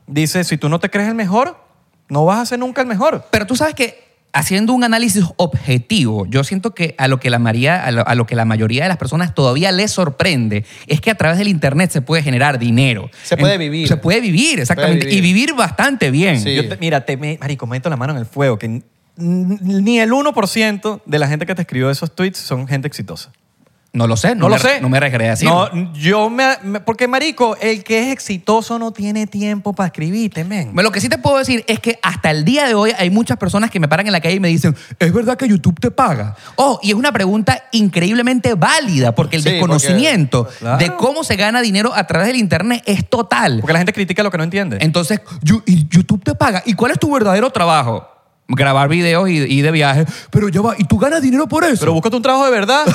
D: Dice, si tú no te crees el mejor, no vas a ser nunca el mejor.
A: Pero tú sabes que haciendo un análisis objetivo, yo siento que a lo que la, María, a lo, a lo que la mayoría de las personas todavía les sorprende es que a través del Internet se puede generar dinero.
C: Se puede vivir.
A: Se puede vivir, exactamente.
C: vivir.
A: Y vivir bastante bien.
C: Sí.
D: Mm, Yo te- mira, te, me- marico, meto la mano en el fuego. Que n- ni el 1% de la gente que te escribió esos tweets son gente exitosa.
A: No lo sé, no,
D: No, lo
A: me-
D: sé.
A: No me regresé así.
D: No, yo me, me- Porque, marico, el que es exitoso no tiene tiempo para escribirte, men.
A: Lo que sí te puedo decir es que hasta el día de hoy hay muchas personas que me paran en la calle y me dicen, ¿es verdad que YouTube te paga? Oh, y es una pregunta increíblemente válida porque el
C: Sí,
A: desconocimiento
D: porque-
A: de
D: Claro.
A: cómo se gana dinero a través del Internet es total.
D: Porque la gente critica lo que no entiende.
A: Entonces, yo- y YouTube te paga. ¿Y cuál es tu verdadero trabajo? Grabar videos y, y de viaje. Pero ya va, ¿y tú ganas dinero por eso? [LAUGHS]
D: Pero búscate un trabajo de verdad.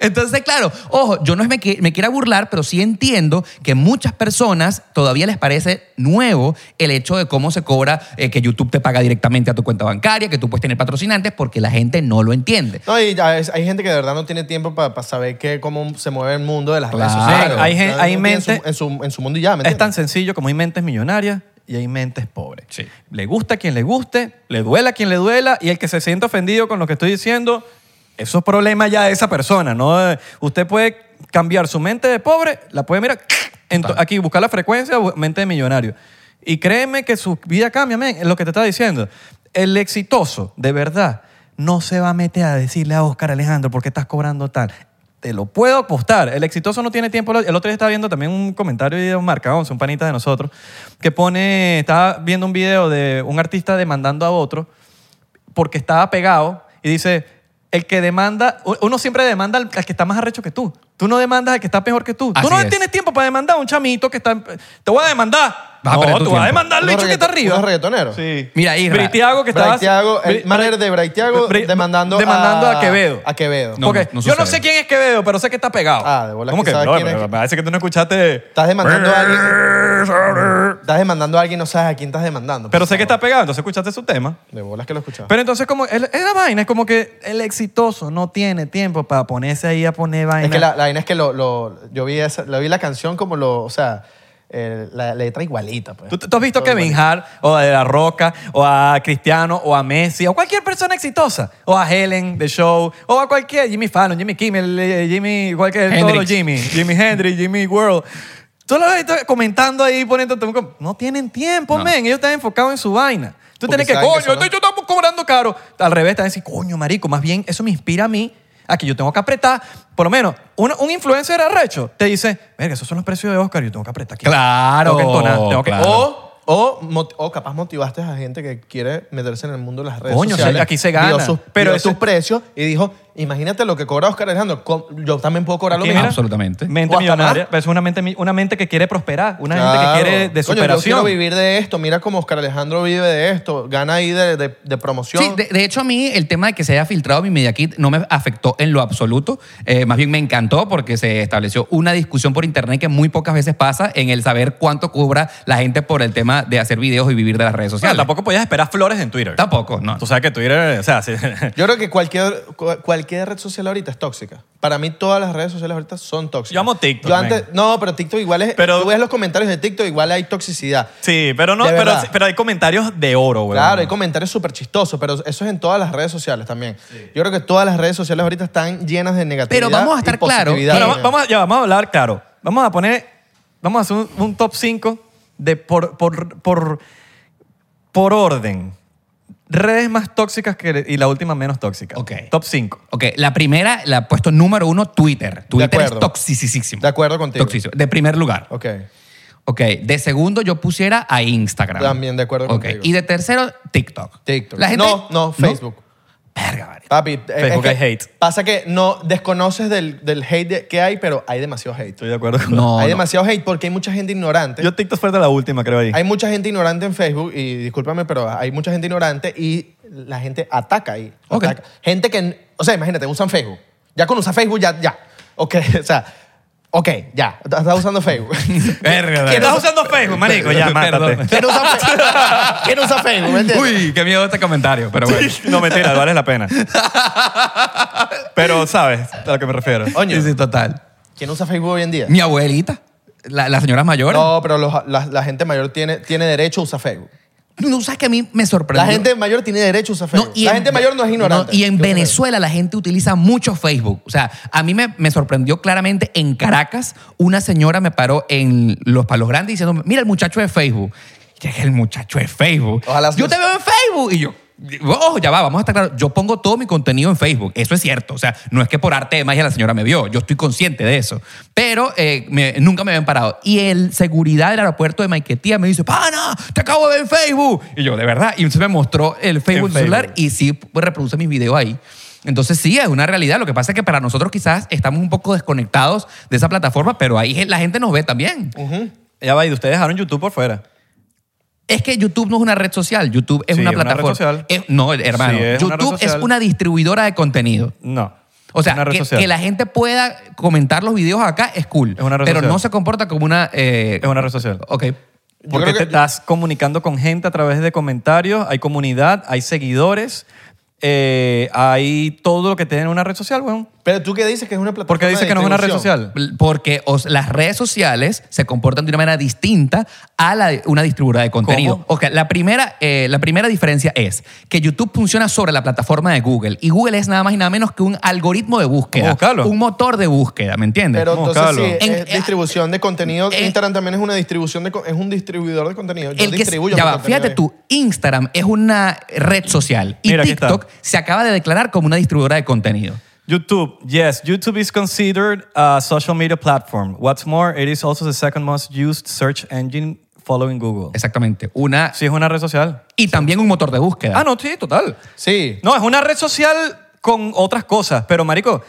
A: Entonces, claro, ojo, yo no es me, que- me quiera burlar, pero sí entiendo que muchas personas todavía les parece nuevo el hecho de cómo se cobra, eh, que YouTube te paga directamente a tu cuenta bancaria, que tú puedes tener patrocinantes, porque la gente no lo entiende.
C: No, y ya es- hay gente que de verdad no tiene tiempo para saber qué, cómo se mueve el mundo de las redes
A: Claro.
C: sociales.
A: Hay
D: gen-
C: Cada
D: hay
C: uno tiene su-
D: mente-
C: En su, en su mundo y ya, ¿me
D: es tan
C: entiendes?
D: sencillo como hay mentes millonarias y hay mentes pobres.
A: Sí.
D: Le gusta a quien le guste, le duela a quien le duela y el que se siente ofendido con lo que estoy diciendo, eso es problema ya de esa persona. ¿no? Eh, Usted puede cambiar su mente de pobre, la puede mirar [CLEARS THROAT] en to- aquí, buscar la frecuencia, bu- mente de millonario. Y créeme que su vida cambia, men, es lo que te está diciendo. El exitoso, de verdad, no se va a meter a decirle a Oscar Alejandro por qué estás cobrando tal. Te lo puedo apostar. El exitoso no tiene tiempo. El otro día estaba viendo también un comentario de un marca 11, un panita de nosotros, que pone, estaba viendo un video de un artista demandando a otro porque estaba pegado y dice, el que demanda, u- uno siempre demanda al, al que está más arrecho que tú. Tú no demandas al que está mejor que tú.
A: Así
D: tú no
A: Ah, es.
D: tienes tiempo para demandar a un chamito que está... en- Te voy a demandar.
A: Vas a
D: no,
A: perder
D: tú
A: Ah, tu
D: vas
A: tiempo.
D: a demandar al
C: Unos
D: bicho
C: regga-
D: que está arriba.
C: unos reggaetoneros.
D: Sí.
A: Mira, Isra.
D: Britiago que estaba...
C: Braithiago, el manager de Braithiago
D: Bri-
C: demandando a-
D: demandando a, Quevedo.
C: a Quevedo.
A: No,
D: Porque
A: no
D: yo no
A: sucede.
D: sé quién es Quevedo, pero sé que está pegado.
C: Ah, de bolas
D: ¿Cómo
C: que
D: que?
C: sabes
D: brother,
C: quién es
D: me
C: que-
D: parece que tú no escuchaste...
C: Estás demandando a alguien. Estás demandando a alguien, no sabes a quién estás demandando.
D: Pero
C: por
D: sé que está
C: favor.
D: pegado, entonces escuchaste su tema.
C: De bolas que lo escuchaba.
D: Pero entonces como el- es la vaina, es como que el exitoso no tiene tiempo para ponerse ahí a poner vaina.
C: Es que la, la vaina es que lo, lo- yo vi, esa, lo vi la canción como lo, o sea, eh, la letra igualita. Pues.
D: ¿Tú, tú has visto a
C: Todo
D: Kevin
C: igualito.
D: Hart o a De La Roca o a Cristiano o a Messi o cualquier persona exitosa o a Helen de Show o a cualquier Jimmy Fallon, Jimmy Kimmel, eh, Jimmy, cualquier, todos
A: Hendrix.
D: los Jimmy, Jimmy Hendrix, Jimmy World. Tú lo has visto comentando ahí, poniéndote un com- No tienen tiempo,
A: No.
D: men. Ellos están enfocados en su vaina. Tú
C: Porque
D: tienes que,
C: saben que
D: coño,
C: son los-
D: esto yo estamos cobrando caro. Al revés, te van a decir, coño, marico, más bien eso me inspira a mí a que yo tengo que apretar. Por lo menos, un, un influencer arrecho te dice, verga, esos son los precios de Oscar, yo tengo que apretar aquí.
A: Claro,
D: Tengo que entonar, tengo que... Oh,
A: claro.
D: O
C: O, mot- o capaz motivaste a gente que quiere meterse en el mundo de las redes
D: Coño,
C: sociales.
D: sí, aquí se gana.
C: Vio sus,
D: Pero
C: vio
D: eso-
C: sus precios y dijo, imagínate lo que cobra Oscar Alejandro. co- Yo también puedo cobrar lo
D: Aquí,
C: mismo.
D: mira,
A: Absolutamente.
D: Mente
C: O hasta
D: millonaria.
C: más.
D: pero Es una mente, mi- una mente que quiere prosperar, una
C: Claro.
D: gente que quiere de
C: Coño,
D: superación.
C: yo quiero vivir de esto. Mira cómo Oscar Alejandro vive de esto. Gana ahí de, de- de promoción.
A: Sí, de, de hecho a mí el tema de que se haya filtrado mi media kit no me afectó en lo absoluto. Eh, más bien me encantó porque se estableció una discusión por internet que muy pocas veces pasa en el saber cuánto cobra la gente por el tema de hacer videos y vivir de las redes
D: O sea,
A: sociales.
D: tampoco podías esperar flores en Twitter.
A: Tampoco, no.
D: Tú sabes que Twitter, o sea, sí. [LAUGHS]
C: Yo creo que cualquier, cu- cualquier red social ahorita es tóxica. Para mí todas las redes sociales ahorita son tóxicas.
D: Yo amo TikTok,
C: Yo antes, no, pero TikTok igual es...
D: Pero-
C: tú ves los comentarios de TikTok, igual hay toxicidad.
D: Sí, pero no,
C: De
D: pero,
C: verdad.
D: sí- pero hay comentarios de oro, güey.
C: Claro, hay comentarios súper chistosos, pero eso es en todas las redes sociales también. Yo creo que todas las redes sociales ahorita están llenas de negatividad.
A: Pero vamos a
C: y
A: estar claros
C: positividad
D: Pero va-
C: también.
D: vamos, a- ya, vamos a hablar, claro. Vamos a poner, vamos a hacer un, un top 5 de por, por, por, por orden. Redes más tóxicas que, y la última menos tóxica.
A: Ok.
D: Top 5.
A: Ok, la primera, la ha puesto número uno, Twitter. Twitter es
C: acuerdo.
A: toxicísimo.
C: De acuerdo contigo.
A: Toxicísimo. De primer lugar.
C: Ok.
A: Ok, de segundo yo pusiera a Instagram.
C: También de acuerdo
A: Ok,
C: contigo.
A: Y de tercero, TikTok.
C: TikTok.
A: La gente...
C: No, no, Facebook.
A: Verga, vale.
C: Papi, eh,
D: Facebook
C: es que
D: hay hate.
C: Pasa que no desconoces del, del hate de- que hay, pero hay demasiado hate.
D: Estoy de acuerdo con
A: No,
C: hay
A: no.
C: demasiado hate porque hay mucha gente ignorante.
D: [LAUGHS] Yo TikTok fue de la última, creo ahí.
C: Hay mucha gente ignorante en Facebook y discúlpame, pero hay mucha gente ignorante y la gente ataca ahí.
A: Ok.
C: Ataca. Gente que, o sea, imagínate, usan Facebook. Ya con usar Facebook, ya, ya. Ok, [LAUGHS] o sea, ok, ya. Estás usando Facebook. [LAUGHS]
A: Verga,
D: ¿Quién
A: vale.
D: estás usando Facebook, marico? Ya, mátate.
C: ¿Quién usa Facebook? [LAUGHS] ¿Quién usa Facebook? ¿Me entiendes?
A: Uy, qué miedo este comentario, pero bueno.
D: No, mentira, vale la [LAUGHS] pena. Pero sabes a lo que me refiero.
C: Coño.
A: Sí, sí, total.
C: ¿Quién usa Facebook hoy en día?
A: Mi abuelita, la- las señoras mayores.
C: No, pero los- la, la gente mayor tiene, tiene derecho a usar Facebook.
A: No, sabes que a mí me sorprendió.
C: La gente mayor tiene derecho a usar
A: No,
C: Facebook.
A: y
C: la
A: en-
C: gente mayor no es ignorante.
A: no, y en
C: Yo creo.
A: Venezuela la gente utiliza mucho Facebook. O sea, a mí me, me sorprendió claramente en Caracas, una señora me paró en los palos grandes diciendo, mira el muchacho de Facebook. Y dije, el muchacho de Facebook.
C: Ojalá
A: yo
C: se-
A: te veo en Facebook. Y yo, ojo, ya va, vamos a estar claros. Yo pongo todo mi contenido en Facebook. Eso es cierto. O sea, no es que por arte de magia la señora me vio. Yo estoy consciente de eso. Pero eh, me- nunca me habían parado. Y el seguridad del aeropuerto de Maiquetía me dice, pana, te acabo de ver en Facebook. Y yo, de verdad. Y entonces me mostró el Facebook
D: En
A: del celular
D: Facebook.
A: y sí pues, reproduce mis videos ahí. Entonces sí, es una realidad. Lo que pasa es que para nosotros quizás estamos un poco desconectados de esa plataforma, pero ahí la gente nos ve también.
D: Ya va, y ustedes dejaron YouTube por fuera.
A: Es que YouTube no es una red social, YouTube es
D: Sí,
A: una
D: es una red
A: plataforma.
D: social.
A: Es- no, hermano,
D: Sí, es una red
A: YouTube es
D: social.
A: una distribuidora de contenido.
D: No.
A: O
D: Es una
A: sea,
D: red
A: que,
D: social.
A: que la gente pueda comentar los videos acá es cool,
D: Es una red
A: pero
D: social.
A: no se comporta como una... eh,
D: Es una red social.
A: Ok.
C: Yo creo
D: Porque te
C: que-
D: estás comunicando con gente a través de comentarios, hay comunidad, hay seguidores, eh, hay todo lo que tiene una red social, weón.
C: Pero tú qué dices que es una plataforma.
D: Porque dice
C: de
D: que no es una red
C: distribución?
D: social.
A: Porque os- las redes sociales se comportan de una manera distinta a la de una distribuidora de contenido.
D: ¿Cómo?
A: Ok, la primera, eh, la primera diferencia es que YouTube funciona sobre la plataforma de Google y Google es nada más y nada menos que un algoritmo de búsqueda,
D: buscarlo?
A: un motor de búsqueda, ¿me entiendes?
C: Pero
D: Vamos,
C: entonces
D: Carlos.
C: sí,
A: En-
C: es
A: eh,
C: distribución de contenido.
A: eh,
C: Instagram también es una distribución de co- es un distribuidor de contenido. Yo
A: El que,
C: distribuyo
A: ya
C: mi
A: va,
C: contenido
A: fíjate
C: ahí.
A: tú, Instagram es una red social y
D: Mira, aquí está.
A: TikTok se acaba de declarar como una distribuidora de contenido.
D: YouTube, yes, YouTube is considered a social media platform. What's more, it is also the second most used search engine following Google.
A: Exactamente. Una,
D: Sí, es una red social.
A: y también un motor de búsqueda.
D: Ah, no, sí, total.
C: Sí.
D: No, es una red social con otras cosas, pero marico,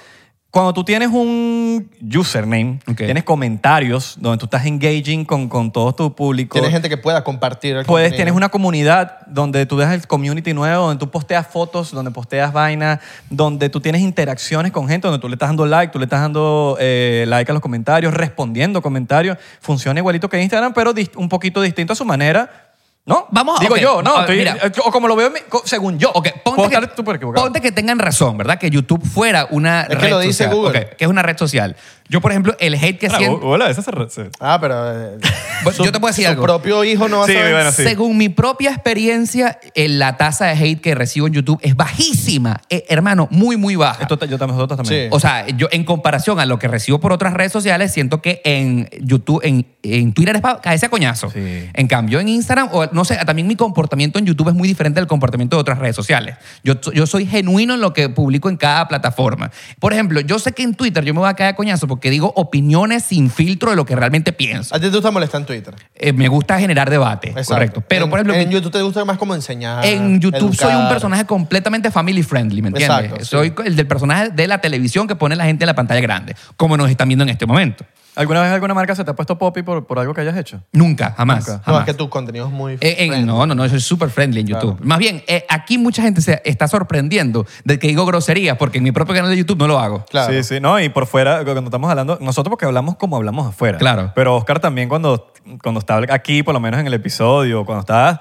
D: cuando tú tienes un username,
A: Ok.
D: tienes comentarios donde tú estás engaging con, con todo tu público.
C: Tienes gente que pueda compartir. el
D: Puedes,
C: contenido.
D: tienes una comunidad donde tú dejas el community nuevo, donde tú posteas fotos, donde posteas vainas, donde tú tienes interacciones con gente, donde tú le estás dando like, tú le estás dando eh, like a los comentarios, respondiendo comentarios. Funciona igualito que Instagram, pero dis- un poquito distinto a su manera. ¿No?
A: Vamos a-
D: Digo
A: ok,
D: yo, no.
A: a ver,
D: estoy-
A: mira.
D: eh, o como lo veo mi- co- según yo.
A: Ok,
D: Puedo
A: ponte que,
D: estar súper equivocado.
A: ponte que tengan razón, ¿verdad? Que YouTube fuera una
C: que
A: red
C: lo dice
A: social.
C: Google.
A: Ok, que es una red social. Yo, por ejemplo, el hate que
D: Ah,
A: siento...
D: hola, esa se re- se-
C: Ah, pero. eh,
A: [LAUGHS] Bueno, yo te puedo decir
C: su
A: algo.
C: propio hijo no va
D: Sí,
C: a saber.
D: bueno, sí.
A: Según mi propia experiencia, eh, la tasa de hate que recibo en YouTube es bajísima. Eh, hermano, muy, muy baja.
D: Esto ta- yo también, nosotros también.
C: Sí.
A: O sea, yo en comparación a lo que recibo por otras redes sociales, siento que en YouTube, en, en Twitter es para caerse a coñazo.
D: Sí.
A: En cambio, en Instagram, o no sé, también mi comportamiento en YouTube es muy diferente al comportamiento de otras redes sociales. Yo, yo soy genuino en lo que publico en cada plataforma. Por ejemplo, yo sé que en Twitter yo me voy a caer a coñazo porque digo opiniones sin filtro de lo que realmente pienso.
C: A ti te gusta molestar en Twitter.
A: Eh, me gusta generar debate,
C: Exacto.
A: correcto. Pero,
C: En-
A: por ejemplo,
C: en YouTube te gusta más como enseñar.
A: en YouTube soy un
C: educar.
A: personaje completamente family friendly, ¿me entiendes?
C: Exacto, sí.
A: Soy el del personaje de la televisión que pone la gente en la pantalla grande, como nos están viendo en este momento.
D: ¿Alguna vez alguna marca se te ha puesto poppy por, por algo que hayas hecho?
A: Nunca, jamás.
D: Nunca.
C: No,
A: jamás.
C: es que tu contenido es muy.
A: Eh, en-
C: friendly.
A: no, no, no, yo soy súper friendly en YouTube. Más bien, eh, aquí mucha gente se está sorprendiendo de que digo groserías porque en mi propio canal de YouTube no lo hago.
C: Claro.
D: Sí, sí, no, y por fuera, cuando estamos hablando, nosotros porque hablamos como hablamos afuera.
A: Claro.
D: Pero Oscar también cuando, cuando está aquí, por lo menos en el episodio, cuando estás,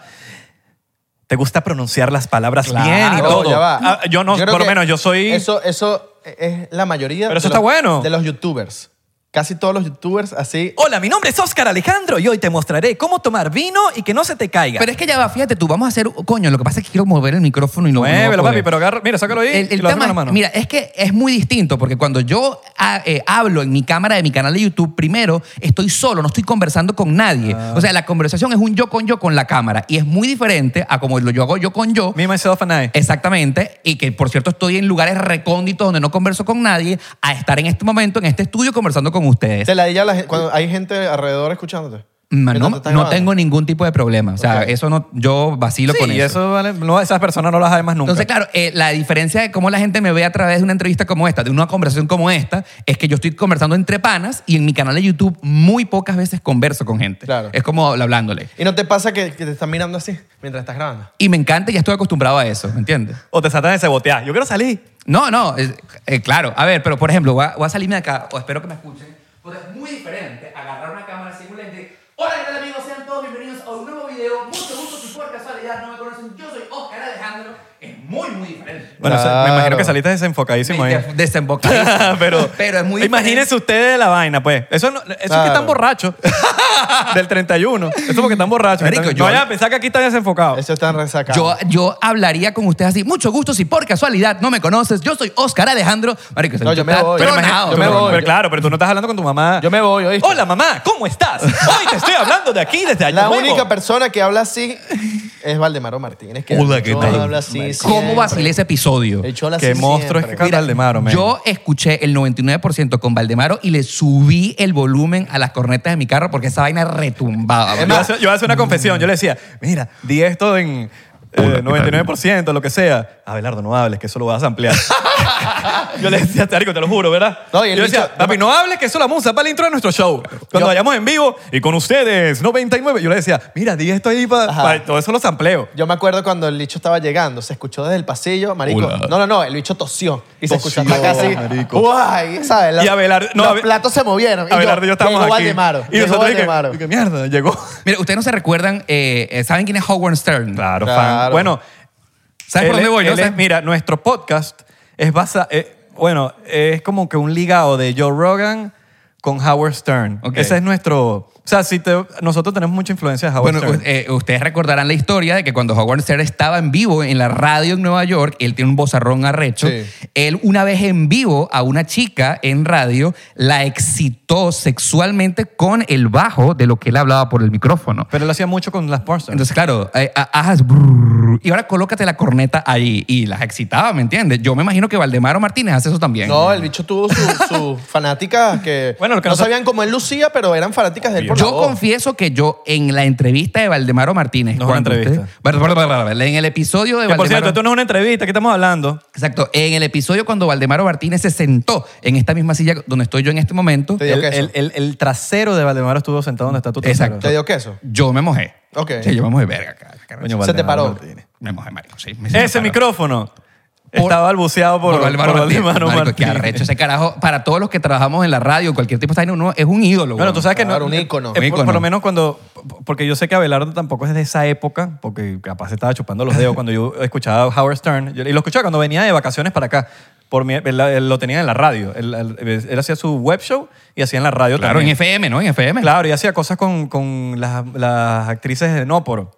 D: te gusta pronunciar las palabras
A: Claro,
D: bien y
C: Claro,
D: todo.
C: ya va.
D: Ah, yo no,
C: creo
D: por lo
C: que
D: menos yo soy...
C: Eso, eso es la mayoría.
D: Pero eso
C: de
D: está
C: los-
D: bueno.
C: De los YouTubers. Casi todos los YouTubers así.
D: Hola, mi nombre es Oscar Alejandro y hoy te mostraré cómo tomar vino y que no se te caiga.
A: Pero es que ya va, fíjate tú, vamos a hacer, coño, lo que pasa es que quiero mover el micrófono y lo no voy a
D: Muévelo, papi,
A: poder.
D: pero agarra, mira, sácalo ahí
A: El, el
D: y lo hace
A: tema
D: con la mano.
A: es- mira, es que es muy distinto porque cuando yo ah, eh, hablo en mi cámara de mi canal de YouTube, primero estoy solo, no estoy conversando con nadie. O sea, la conversación es un yo con yo con la cámara y es muy diferente a como lo yo hago yo con yo.
D: Me, myself and I.
A: Exactamente, y que por cierto estoy en lugares recónditos donde no converso con nadie, a estar en este momento, en este estudio, conversando con ustedes.
C: Te la di ya la gen- cuando hay gente alrededor escuchándote.
A: Ma-
C: Mientras
A: No,
C: te estás
A: no
C: grabando.
A: tengo ningún tipo de problema. O sea,
C: Ok.
A: eso no, yo vacilo
D: Sí,
A: con
D: y
A: eso.
D: eso vale, no, esas personas no las hay más nunca.
A: Entonces, claro, eh, la diferencia de cómo la gente me ve a través de una entrevista como esta, de una conversación como esta, es que yo estoy conversando entre panas y en mi canal de YouTube muy pocas veces converso con gente.
C: Claro.
A: Es como hablándole.
C: ¿Y no te pasa que, que te están mirando así mientras estás grabando?
A: Y me encanta y ya estoy acostumbrado a eso, ¿me entiendes?
D: O te saltan de sabotear. Yo quiero salir.
A: No, no, es- eh, claro. A ver, pero por ejemplo, voy a, voy a salirme de acá, o espero que me escuchen, porque es muy diferente agarrar una cámara sin un lente. Hola, ¿qué tal amigos? Sean todos bienvenidos a un nuevo video. Mucho gusto si por casualidad no me conocen. Yo soy Oscar Alejandro. Es muy muy, muy diferente.
D: Bueno, o sea, me
C: Claro.
D: imagino que saliste desenfocadísimo ahí.
A: Des- desembocadísimo.
D: [LAUGHS] pero,
A: [LAUGHS] pero es muy
D: Imagínense ustedes la vaina, pues. Eso, no, eso es
C: Claro.
D: que
A: [LAUGHS]
D: están borrachos. del 31. Eso es porque están borrachos.
A: Marico,
D: Están-
A: yo-
D: no vayan a pensar que aquí están desenfocados.
C: Eso está resacado.
A: Yo, yo hablaría con ustedes así, mucho gusto si por casualidad no me conoces, yo soy Oscar Alejandro. Marico, ese
C: No,
A: bicho
C: yo me
A: está
C: voy.
D: Pero,
C: Yo
A: tronado.
D: imagínate-
C: me
D: pero-
C: voy.
D: pero claro, pero tú no estás hablando con tu mamá.
C: Yo me voy, ¿oíste?
D: Hola, mamá, ¿cómo estás? Hoy te estoy hablando de aquí, desde allá.
C: La única persona que habla así es Valdemaro Martínez. Que
A: Hola, ¿qué
C: yo
A: tal?
C: habla así
A: ¿Cómo
C: siempre.
A: vacilé ese episodio?
C: Él chola así
D: Qué monstruo este
C: siempre.
D: es que canta Aldemaro, man.
A: Yo escuché el 99% con Valdemaro y le subí el volumen a las cornetas de mi carro porque esa vaina retumbaba.
D: Yo
A: bro.
D: voy a hacer- yo voy a hacer una confesión. Yo le decía, mira, di esto en eh, 99%, lo que sea. Abelardo, no hables, que eso lo vas a
C: [LAUGHS]
D: ampliar. yo le decía, Tarico, te lo juro, ¿verdad?
C: No, y
D: yo
C: el
D: le decía,
C: bicho-
D: papi, no hables, que eso la musa para el intro de nuestro show. Cuando vayamos en vivo y con ustedes, 99. Yo le decía, mira, di esto ahí para...
C: Ajá.
D: todo eso lo sampleo.
C: Yo me acuerdo cuando el bicho estaba llegando, se escuchó desde el pasillo, marico.
D: Hola.
C: No, no, no, el bicho tosió. Y se escuchó
D: Tosió,
C: hasta casi.
D: marico.
C: ¡Guay! ¿Sabes? Los-
D: Y Abelardo- no,
C: los
D: Abe-
C: platos se movieron. Y
D: Abelardo y yo estábamos
C: llegó
D: aquí.
C: Valdemaro.
D: y
C: llegó
D: nosotros, y que-
C: Valdemaro.
D: y que mierda, llegó.
A: Mira, ustedes no se recuerdan, eh, eh, ¿saben quién es Howard Stern?
D: Claro, fan.
C: Claro.
D: Bueno,
A: ¿Sabes por dónde
D: él es-
A: voy? yo?
D: él es-
A: ¿Sabes?
D: mira, nuestro podcast es basa, eh, bueno, es como que un ligado de Joe Rogan con Howard Stern.
A: Ok.
D: Ese es nuestro, o sea, si te- nosotros tenemos mucha influencia de Howard
A: Bueno,
D: Stern.
A: u- eh, ustedes recordarán la historia de que cuando Howard Stern estaba en vivo en la radio en Nueva York, él tiene un bozarrón arrecho.
C: Sí.
A: Él una vez en vivo a una chica en radio la excitó sexualmente con el bajo de lo que él hablaba por el micrófono.
D: Pero él hacía mucho con las porn stars.
A: Entonces, claro, eh, ha- haces brrr, y ahora colócate la corneta ahí y las excitaba, ¿me entiendes? Yo me imagino que Valdemaro Martínez hace eso también.
C: No, el bicho tuvo sus [LAUGHS] sus fanáticas que,
D: Bueno, lo que
C: no
D: nosotros-
C: sabían cómo él lucía, pero eran fanáticas de él por la
A: Yo
C: voz.
A: confieso que yo en la entrevista de Valdemaro Martínez,
D: No es una
A: cuando
D: entrevista.
A: usted- Bar- bar- bar- bar- en el episodio de
D: que por
A: Valdemaro-
D: cierto, esto no es una entrevista, ¿qué estamos hablando?
A: Exacto. En el episodio cuando Valdemaro Martínez se sentó en esta misma silla donde estoy yo en este momento,
C: Te digo
D: El,
C: que eso.
D: el- el- el trasero de Valdemaro estuvo sentado donde está tu trasero.
A: Exacto.
C: ¿Te dio queso?
A: yo me mojé.
C: Ok.
A: Sí, yo me mojé verga. cara, cara.
D: Coño,
C: Se te
D: Valdemaro
C: paró.
D: Martínez.
A: Me mojé, marico. Sí, me- se me
D: Ese
A: paró.
D: micrófono
A: Por-
D: estaba balbuceado por,
A: por Valdemaro
D: por
A: Martínez.
D: Valdemaro
A: Marico, qué
D: Martínez.
A: arrecho ese carajo. Para todos los que trabajamos en la radio, cualquier tipo de vaina, uno es un ídolo.
D: Bueno,
A: weón.
D: tú sabes que
C: Claro,
D: no.
C: un
D: eh,
C: ícono.
D: eh,
A: Un
D: por- Por,
A: ícono.
D: lo menos cuando. Porque yo sé que Abelardo tampoco es de esa época, porque capaz estaba chupando los dedos cuando yo escuchaba a Howard Stern. Yo- y lo escuchaba cuando venía de vacaciones para acá. Por mi- él, él lo tenía en la radio. Él, él- él hacía su web show y hacía en la radio
A: Claro, en
D: también.
A: FM, ¿no? En FM.
D: Claro, y hacía cosas con, con las, las actrices de Nóporo.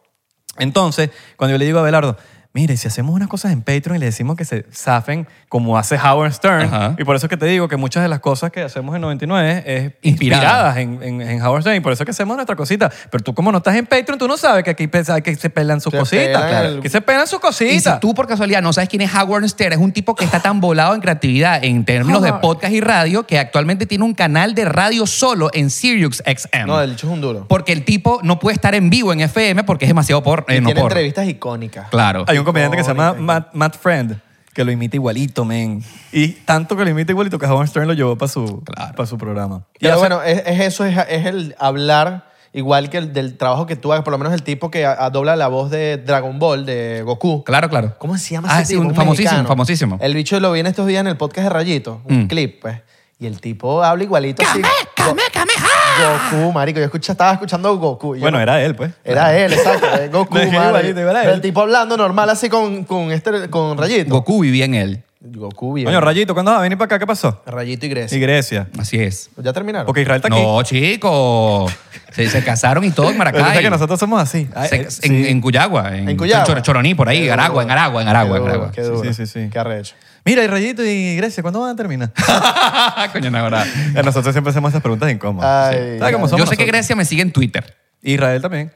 D: Entonces, cuando yo le digo a Abelardo, mire, si hacemos unas cosas en Patreon y le decimos que se zafen como hace Howard Stern,
A: Ajá.
D: y por eso es que te digo que muchas de las cosas que hacemos en 99 es
A: Inspiradas.
D: inspiradas en, en- en Howard Stern, y por eso es que hacemos nuestra cosita. Pero tú como no estás en Patreon, tú no sabes que aquí pesa- que se pelan sus
C: Se
D: cositas.
C: pelan el-
D: Que se pelan sus
A: Y si
D: cositas.
A: tú por casualidad no sabes quién es Howard Stern, es un tipo que está tan volado en creatividad en términos de
D: Howard.
A: podcast y radio que actualmente tiene un canal de radio solo en Sirius XM.
C: No, el bicho es un duro.
A: Porque el tipo no puede estar en vivo en FM porque es demasiado por, eh,
C: Y
A: no
C: tiene
A: porno.
C: entrevistas icónicas.
A: Claro.
D: Hay un comediante que se llama Matt, Matt Friend que lo imita igualito, men. Y tanto que lo imita igualito que Howard Stern lo llevó para su,
A: Claro.
D: pa' su programa. Y
C: Pero
D: hace-
C: bueno, es, es eso, es, es el hablar igual que el del trabajo que tú hagas, por lo menos el tipo que a- a dobla la voz de Dragon Ball, de Goku.
A: Claro, claro.
C: ¿Cómo se llama
A: Ah,
C: ese
A: sí,
C: tipo?
A: un
C: Un
A: famosísimo,
C: mexicano.
A: famosísimo.
C: El bicho lo vi en estos días en el podcast de Rayito, un
A: Mm.
C: clip, pues. Y el tipo habla igualito así.
A: ¡Came, came,
C: Go- Goku, marico. Yo escucha, estaba escuchando Goku. Yo-
D: Bueno, era él, pues.
C: Era él, exacto.
D: [LAUGHS]
C: eh, Goku,
D: Lo dije
C: marico.
D: igualito, igual a él.
C: Pero El tipo hablando normal así con, con, este, con Rayito.
A: Goku vivía en él.
C: Goku, bien.
D: Coño, Rayito, ¿cuándo vas a venir para acá? ¿Qué pasó?
C: Rayito y Grecia.
D: Y Grecia.
A: Así es.
C: ¿Ya terminaron?
D: Porque Israel está aquí.
A: No, chico. Se, se casaron y todo en
D: [LAUGHS] Pero tú sabes
A: Maracay.
D: que nosotros somos así. Ay,
A: Se-
D: eh,
A: en,
D: sí.
A: en Cuyagua. En,
C: En Cuyagua.
A: Chor- Choroní, por ahí.
C: Qué
A: En Aragua,
C: duro.
A: en Aragua, en Aragua.
C: Qué
A: en
C: duro,
A: Aragua.
C: Qué duro.
D: Sí, sí, sí, sí.
C: Qué arrecho.
D: Mira, y Rayito y Grecia, ¿cuándo van a terminar?
A: [LAUGHS] Coño, no, verdad.
D: Eh, [LAUGHS] nosotros siempre hacemos esas preguntas incómodas.
C: Ay.
D: Sí. ¿Sabes cómo
A: Yo sé
D: somos
A: que
D: nosotros?
A: Grecia me sigue en Twitter.
D: Israel también.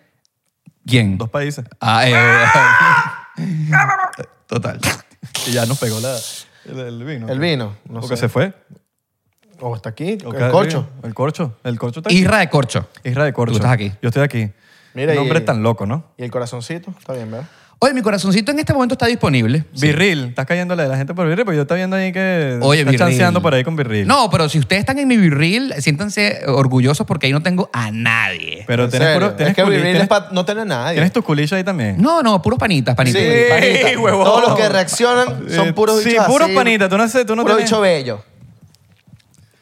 A: ¿Quién?
D: Dos países.
A: Ah, eh, Total.
D: Y ya nos pegó la, el, el vino.
C: El vino, no
D: Porque
C: sé.
D: se fue.
C: O está aquí,
D: O
C: el
D: cada-
C: corcho.
D: El corcho. El corcho [LAUGHS] está aquí.
A: eh, Isra de Corcho.
D: Isra de Corcho.
A: Tú estás aquí.
D: Yo estoy aquí.
C: Mira, eh.
D: el nombre
C: y-
D: tan loco, ¿no?
C: Y el corazoncito, está bien, ¿verdad?
A: Oye, mi corazoncito en este momento está disponible.
D: Virril. Estás cayéndole a la gente por Virril, porque yo estoy viendo ahí que
A: Oye,
D: estás
A: virril.
D: chanceando por ahí con Virril.
A: No, pero si ustedes están en mi virril, siéntanse orgullosos porque ahí no tengo a nadie.
D: Pero
C: En
D: tienes,
C: serio,
D: puro- tienes
C: es que
D: culi-
C: vivir
D: tienes-
C: es pa- no tener nadie.
D: tienes tus culillos ahí también.
A: No, no, puros panitas, panitas.
C: Sí,
D: Sí,
C: panita.
D: huevón.
C: Todos los que reaccionan
D: Eh,
C: son puros
D: sí,
C: bichos así.
D: puros panitas, tú no sé, tú no
C: Puro
D: tenés-
C: bicho bello.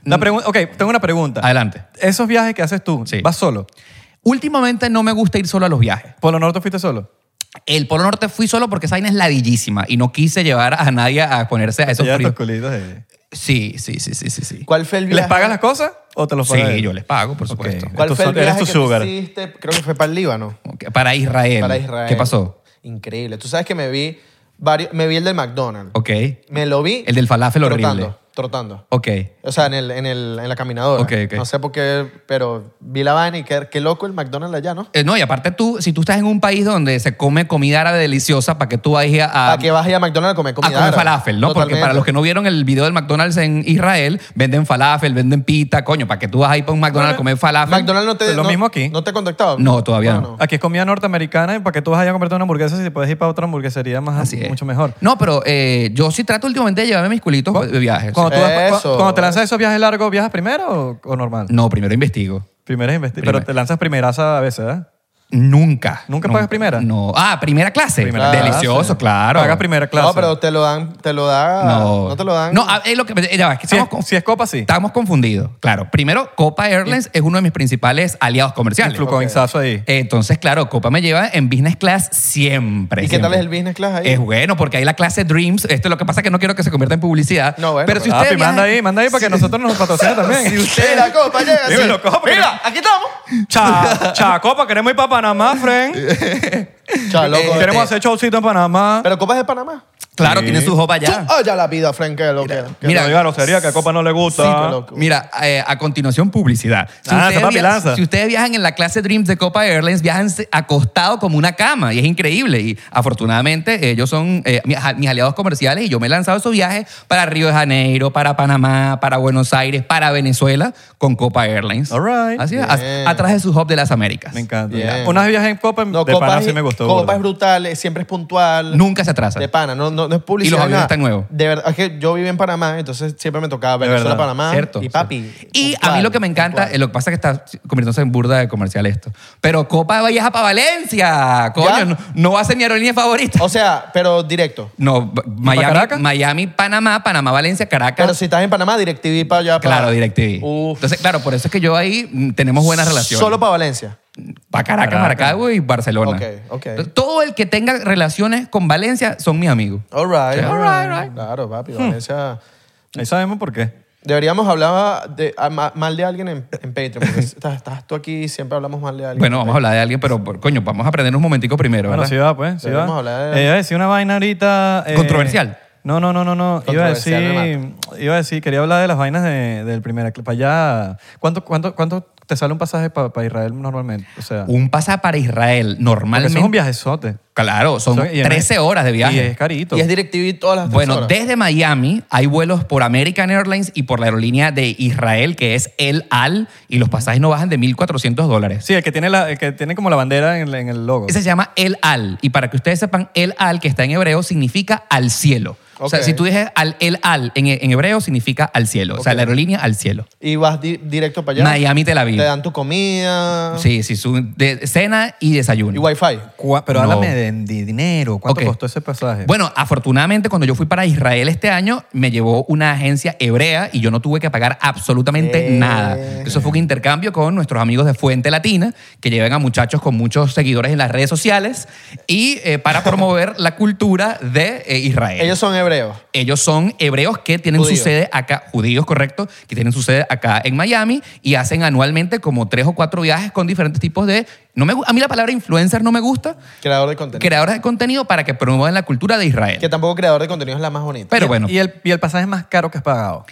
D: La pregu- ok, tengo una pregunta.
A: Adelante.
D: Esos viajes que haces tú,
A: Sí.
D: ¿vas solo?
A: Últimamente no me gusta ir solo a los viajes.
D: ¿Por lo norte fuiste solo?
A: El Polo Norte fui solo porque esa vaina es ladillísima y no quise llevar a nadie a ponerse a esos
D: Ya
A: fríos.
D: estos culitos de-
A: Sí, sí, sí, sí, sí. sí.
C: ¿Cuál fue el viaje?
D: ¿Les pagan las cosas o te los
A: Sí,
D: pagan? ellos?
A: yo les pago, por supuesto.
D: Ok.
C: ¿Cuál
D: Tú
C: fue el
D: so- eres
C: viaje
D: tu
C: que
D: sugar.
C: tú hiciste? Creo que fue para el Líbano.
A: Ok, Para Israel.
C: Para Israel.
A: ¿Qué pasó?
C: Increíble. Tú sabes que me vi varios, me vi el del McDonald's.
A: Ok.
C: Me lo vi.
A: El del falafel
C: trotando,
A: horrible.
C: Trotando.
A: Ok. Eh,
C: O sea, en, el, en, el, en la caminadora.
A: Ok, ok.
C: No sé por qué, pero vi la vaina y qué, qué loco el McDonald's allá, ¿no?
A: Eh, no, y aparte tú, si tú estás en un país donde se come comida árabe deliciosa, ¿para que tú vayas a,
C: Para que vas a ir a McDonald's a comer comida
A: a Ah, comer
C: árabe.
A: Ah, falafel, ¿no? Porque para
C: Totalmente.
A: los que no vieron el video del McDonald's en Israel, venden falafel, venden pita, coño, para que tú vas ahí para un McDonald's a comer falafel.
C: McDonald's no te...
D: Lo
C: no-
D: mismo aquí.
C: ¿No te ha contactado?
A: No, todavía no.
D: Aquí es comida norteamericana y para que tú vas allá a comprarte una hamburguesa si te puedes ir para otra hamburguesería más,
A: Así es.
D: mucho mejor.
A: No, pero eh, yo sí trato últimamente de llevarme mis culitos de viajes.
D: Cuando, tú vas-
C: Eso.
D: cu- cuando te lanzas esos viajes largos, ¿viajas primero o, o normal?
A: No, primero investigo.
D: Primero es investi- Pero
A: Primero.
D: te lanzas primeraza a veces, ¿eh? ¿verdad?
A: Nunca.
D: ¿Nunca pagas primera?
A: No. Ah, primera clase.
D: Primera
A: Delicioso,
D: clase.
A: claro.
D: Pagas primera clase.
C: No, pero te lo dan... Te lo da...
A: No.
C: Ah, te lo dan...
A: No, a- es lo que. ya va, es que
D: Si es,
A: estamos con-
D: si es copa, sí.
A: Estamos confundidos. Claro, primero, Copa Airlines es uno de mis principales aliados comerciales.
D: Influcoinzazo ahí.
A: Entonces, claro, Copa me lleva en business class siempre.
C: ¿Y qué
A: siempre.
C: tal es el business class ahí?
A: Es bueno, porque hay la clase Dreams. Esto lo que pasa es que no quiero que se convierta en publicidad.
C: No, bueno,
A: pero si
C: pero-
A: usted
D: Papi, Ah, manda ahí, manda ahí para que nosotros nos patrocine también.
A: Si usted-
C: Este [LAUGHS] Sí, la copa llega así.
D: Dímelo, copa, que
C: Mira, aquí estamos.
D: Cha, cha, copa, queremos ir para
C: [LAUGHS]
D: Panamá, friend.
C: Chao, loco.
A: Eh,
D: Queremos
C: este-
D: hacer showcito en Panamá.
C: Pero copas de Panamá.
A: Claro,
D: Sí.
A: tiene su jopa allá.
C: Oh, ya la vida, Frank, que lo que... que-
A: mira,
D: Mira, diga sería que a Copa no le
C: Sí,
D: gusta.
C: qué loco.
A: Mira, eh, a continuación, publicidad. Si,
D: Lanza,
A: ustedes
D: papi,
A: via-
D: lanza.
A: si ustedes viajan en la clase Dreams de Copa Airlines, viajan se- acostado como una cama y es increíble. Y afortunadamente, ellos son eh, mi- a- mis, aliados comerciales y yo me he lanzado esos viajes para Río de Janeiro, para Panamá, para Buenos Aires, para Venezuela con Copa Airlines.
D: All right.
A: Así es,
C: Bien.
A: a- atrás de su hub de las Américas.
D: Me encanta.
C: Bien.
D: Unas viajes en Copa
C: No,
D: de
C: Copa
D: Panamá
C: es-
D: sí me gustó.
C: Copa
D: burda.
C: es brutal, eh, siempre es puntual.
A: Nunca se atrasa.
C: De pana, no, no, no es publicidad.
A: aviones
C: nada.
A: están nuevos.
C: De verdad, es que yo viví en Panamá, entonces siempre me tocaba Venezuela,
D: verdad,
C: Panamá.
A: Cierto.
C: Y papi.
A: Y a
C: puntual,
A: mí lo que me encanta,
C: puntual.
A: eh, lo que pasa es que está convirtiéndose en burda de comercial esto. Pero Copa Valleja para Valencia.
C: ¿Ya? Oh.
A: Coño, no, no va a ser mi aerolínea favorita.
C: O sea, pero directo.
A: No, B- Miami,
D: Caracas?
A: Miami, Panamá, Panamá, Valencia, Caracas.
C: Pero si estás en Panamá, DirecTV para allá. para-
A: claro, DirecTV.
C: Uf.
A: Entonces, claro, por eso es que yo ahí mm, tenemos buenas relaciones.
C: Solo para Valencia.
A: para Caracas, Maracaibo y Barcelona.
C: Ok, ok.
A: Entonces, Todo el que tenga relaciones con Valencia son mis amigos.
C: All right.
A: Yeah.
C: all
A: All
C: right,
A: right, Hmm.
C: Claro, papi, Valencia.
D: Ahí sabemos por qué.
C: Deberíamos hablar de, a- ma- mal de alguien en, en Patreon.
A: [LAUGHS]
C: Porque estás, estás tú aquí y siempre hablamos mal de alguien.
A: Bueno, vamos a hablar de alguien, pero por- coño, vamos a aprender un momentico primero.
D: Bueno,
A: ¿verdad?
D: sí va, pues. Sí va.
C: Deberíamos hablar de-
D: Eh, iba a decir una vaina ahorita. eh,
A: Controversial.
D: No, no, no, no, no. Iba a decir,
C: Controversial,
D: iba a decir, quería hablar de las vainas de- del primer para allá. ¿Cuánto, cuánto, ¿Cuánto te sale un pasaje para Israel normalmente? O sea,
A: Un pasa para Israel
D: porque
A: normalmente.
D: eso es un viajezote.
A: Claro, son
D: Eso- y además-
A: 13 horas de
D: Y
A: viaje.
D: es carito.
C: Y es DirecTV todas las tres
A: Bueno,
C: horas.
A: desde Miami hay vuelos por American Airlines y por la aerolínea de Israel, que es El Al, y los pasajes no bajan de 1.400 dólares.
D: Sí, el que tiene, la, el que tiene como la bandera en el, en el logo.
A: Ese se llama El Al, y para que ustedes sepan, El Al, que está en hebreo, significa al cielo. O sea,
C: Ok.
A: si tú dices al El Al en, en hebreo, significa al cielo. O sea,
C: Ok.
A: la aerolínea al cielo.
C: Y vas di- directo para allá.
A: Miami, Tel Aviv.
C: Te dan tu comida.
A: Sí, Eh. sí, su- de cena y desayuno.
C: Y wifi.
D: Cua-
A: No.
D: Pero háblame de, de dinero. ¿Cuánto
A: Ok.
D: costó ese pasaje?
A: Bueno, afortunadamente cuando yo fui para Israel este año me llevó una agencia hebrea y yo no tuve que pagar absolutamente
C: Bien.
A: nada. Eso fue un intercambio con nuestros amigos de Fuente Latina que llevan a muchachos con muchos seguidores en las redes sociales y eh, para promover la cultura de eh, Israel.
C: Ellos son hebreos.
A: Ellos son hebreos que tienen
C: Judíos.
A: su sede acá, judíos, correcto, que tienen su sede acá en Miami y hacen anualmente como tres o cuatro viajes con diferentes tipos de... No me, gu- a mí la palabra influencer no me gusta.
C: Creador de contenido.
A: Creadores de contenido para que promuevan la cultura de Israel.
C: que tampoco creador de contenido es la más bonita.
A: Pero
D: Y-
A: bueno,
D: Y el, y el pasaje más caro que has pagado.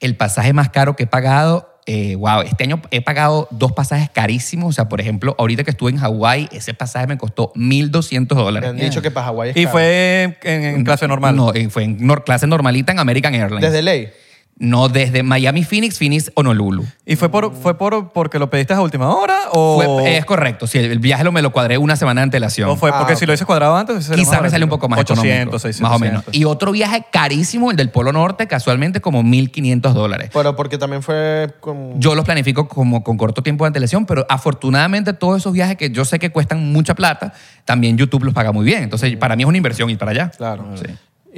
A: el pasaje más caro que he pagado, eh, wow, este año he pagado dos pasajes carísimos. O sea, por ejemplo, ahorita que estuve en Hawái, ese pasaje me costó 1.200
C: Me
A: dólares.
C: han dicho que para Hawái es
D: Y
C: caro.
D: fue en, en clase normal.
A: No, eh, fue en nor- clase normalita en American Airlines.
C: Desde ley.
A: no, desde Miami, Phoenix, Phoenix, Honolulu.
D: ¿Y fue por fue por porque lo pediste a última hora o
B: Oh.
A: Fue- es correcto, sí, el viaje lo me lo cuadré una semana de antelación.
D: o fue
C: Ah,
D: porque si
C: ok.
D: lo hubieses cuadrado antes sería más
A: Quizás me
D: barato.
A: sale un poco más
D: 800,
A: económico,
D: 600.
A: más o menos. Y otro viaje carísimo, el del Polo Norte, casualmente como 1.500 dólares.
C: Pero porque también fue con...
A: Yo los planifico como con corto tiempo de antelación, pero afortunadamente todos esos viajes que yo sé que cuestan mucha plata, también YouTube los paga muy bien. Entonces, para mí es una inversión ir para allá.
C: Claro.
A: Sí.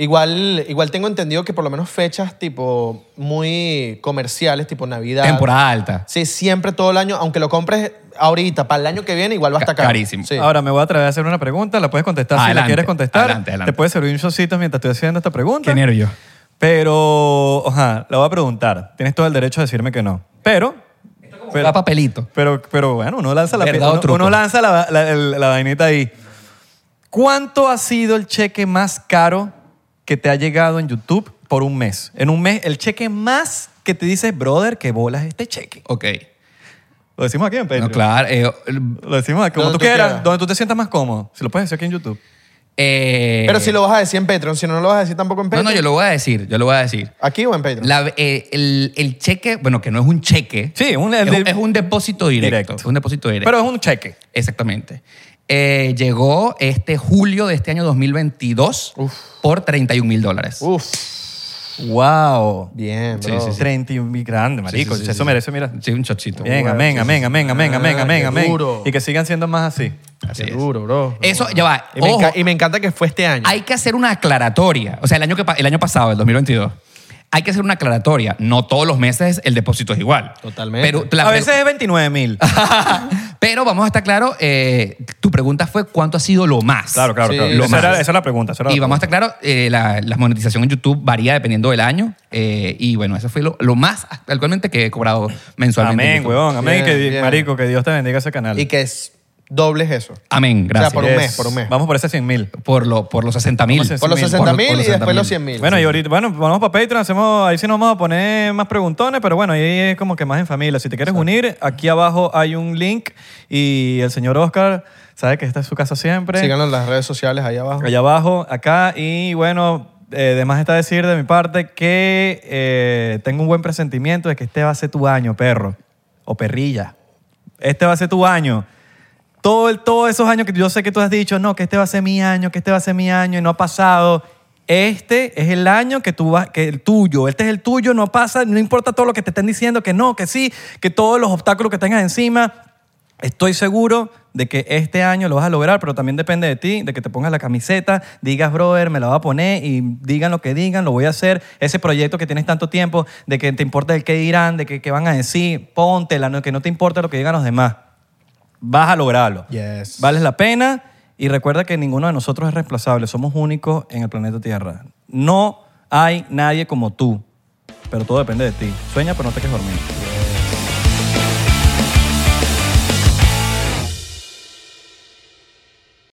C: Igual, igual tengo entendido que por lo menos fechas tipo muy comerciales, tipo Navidad.
A: Temporada alta.
C: Sí, siempre todo el año, aunque lo compres ahorita, para el año que viene igual va a estar
A: Ca-
C: caro.
A: carísimo.
C: Sí.
D: Ahora me voy a atrever a hacer una pregunta, la puedes contestar si la
A: Adelante,
D: quieres contestar.
A: adelante, adelante.
D: Te puedes servir un shotcito mientras estoy haciendo esta pregunta.
A: Qué nervio.
D: Pero, ajá, la voy a preguntar. Tienes todo el derecho a decirme que no. Pero,
A: Da
D: pero,
A: papelito.
D: pero, pero bueno, uno lanza la,
A: Verdad o
D: uno-
A: truco.
D: uno lanza la, la- el- la vainita ahí. ¿Cuánto ha sido el cheque más caro que te ha llegado en YouTube por un mes? En un mes, el cheque más que te dices, brother, que bolas este cheque.
A: Ok.
D: Lo decimos aquí en Patreon.
A: No, claro. eh, el-
D: Lo decimos aquí, como
C: Donde
D: tú
C: tú
D: quieras,
C: quieras.
D: donde tú te sientas más cómodo. Si lo puedes decir aquí en YouTube.
A: eh,
C: Pero si lo vas a decir en Patreon, si no, no lo vas a decir tampoco en
A: No,
C: Patreon.
A: no, yo lo voy a decir. Yo lo voy a decir.
C: ¿Aquí o en Patreon?
A: La- eh, el, el cheque, bueno, que no es un cheque.
D: Sí, un-
A: es,
D: el de-
A: es un depósito directo.
D: Directo.
A: Es un depósito directo.
D: Pero es un cheque.
A: Exactamente. Eh, llegó este julio de este año 2022
C: Uf.
A: por 31 mil dólares.
C: Uf,
A: Ah,
D: ¡Wow!
C: bien,
A: Sí,
C: bro.
A: sí, sí.
D: 31 mil grande,
A: Sí, sí,
D: marico.
A: sí, sí,
D: Eso
A: sí.
D: merece, mira.
A: Sí, un chochito.
D: Bien,
C: Bueno,
D: amén,
C: sí,
D: amén,
C: sí.
D: amén, amén, amén,
C: Ah,
D: amén,
C: qué
D: amén.
C: duro.
D: Y que sigan siendo más así.
A: Así es.
C: Seguro, bro.
A: Eso, ya va.
C: Y me,
A: Ojo.
C: enca- y me encanta que fue este año.
A: Hay que hacer una aclaratoria. O sea, el año, que, pa- el año pasado, el 2022. Hay que hacer una aclaratoria. No todos los meses el depósito es igual.
C: Totalmente.
A: Pero, la-
D: a veces es 29 mil.
A: pero vamos a estar claro, eh, tu pregunta fue cuánto ha sido lo más.
D: [LAUGHS] claro, claro,
C: Sí,
D: claro.
C: lo
D: Esa,
A: más.
D: era, esa era la pregunta. esa era la
A: Y vamos a
D: pregunta.
A: estar claro, eh, la, la monetización en YouTube varía dependiendo del año. eh, y bueno, eso fue lo, lo más actualmente que he cobrado mensualmente. en
D: Amén,
A: YouTube.
D: huevón. Amén.
C: Bien,
D: que, di-
C: bien.
D: Marico, que Dios te bendiga ese canal.
C: Y que es dobles eso.
A: Amén, gracias.
C: por
A: por,
C: un-
D: Yes.
C: mes, un mes.
D: Vamos por ese 100 mil.
A: lo- por los 60 mil.
D: Vamos a hacer
C: Por los
D: 60.000,
C: 60 mil y después los 100
A: 60.000.
C: mil.
D: Bueno, y ahorita, bueno, vamos para Patreon, hacemos, ahí sí nos vamos a poner más preguntones, pero bueno, ahí es como que más en familia. Si te quieres unir, aquí abajo hay un link y el señor Oscar sabe que esta es su casa siempre.
C: Síganos en las redes sociales ahí abajo.
D: Allá abajo, acá, y bueno, eh, de más está decir de mi parte que eh, tengo un buen presentimiento de que este va a ser tu año, perro, o perrilla. Este va a ser tu año. Todo el- todos esos años que yo sé que tú has dicho, no, que este va a ser mi año, que este va a ser mi año, y no ha pasado. Este es el año que tú vas, que el tuyo, este es el tuyo, no pasa, no importa todo lo que te estén diciendo, que no, que sí, que todos los obstáculos que tengas encima, Estoy seguro de que este año lo vas a lograr, pero también depende de ti, de que te pongas la camiseta, digas, brother, me la voy a poner y digan lo que digan, lo voy a hacer. Ese proyecto que tienes tanto tiempo, de que te importa el qué dirán, de que, qué van a decir, póntela, no- que no te importa lo que digan los demás. Vas a lograrlo.
C: Yes.
D: Vales la pena y recuerda que ninguno de nosotros es reemplazable, somos únicos en el planeta Tierra. No hay nadie como tú, pero todo depende de ti. Sueña, pero no te quedes dormido.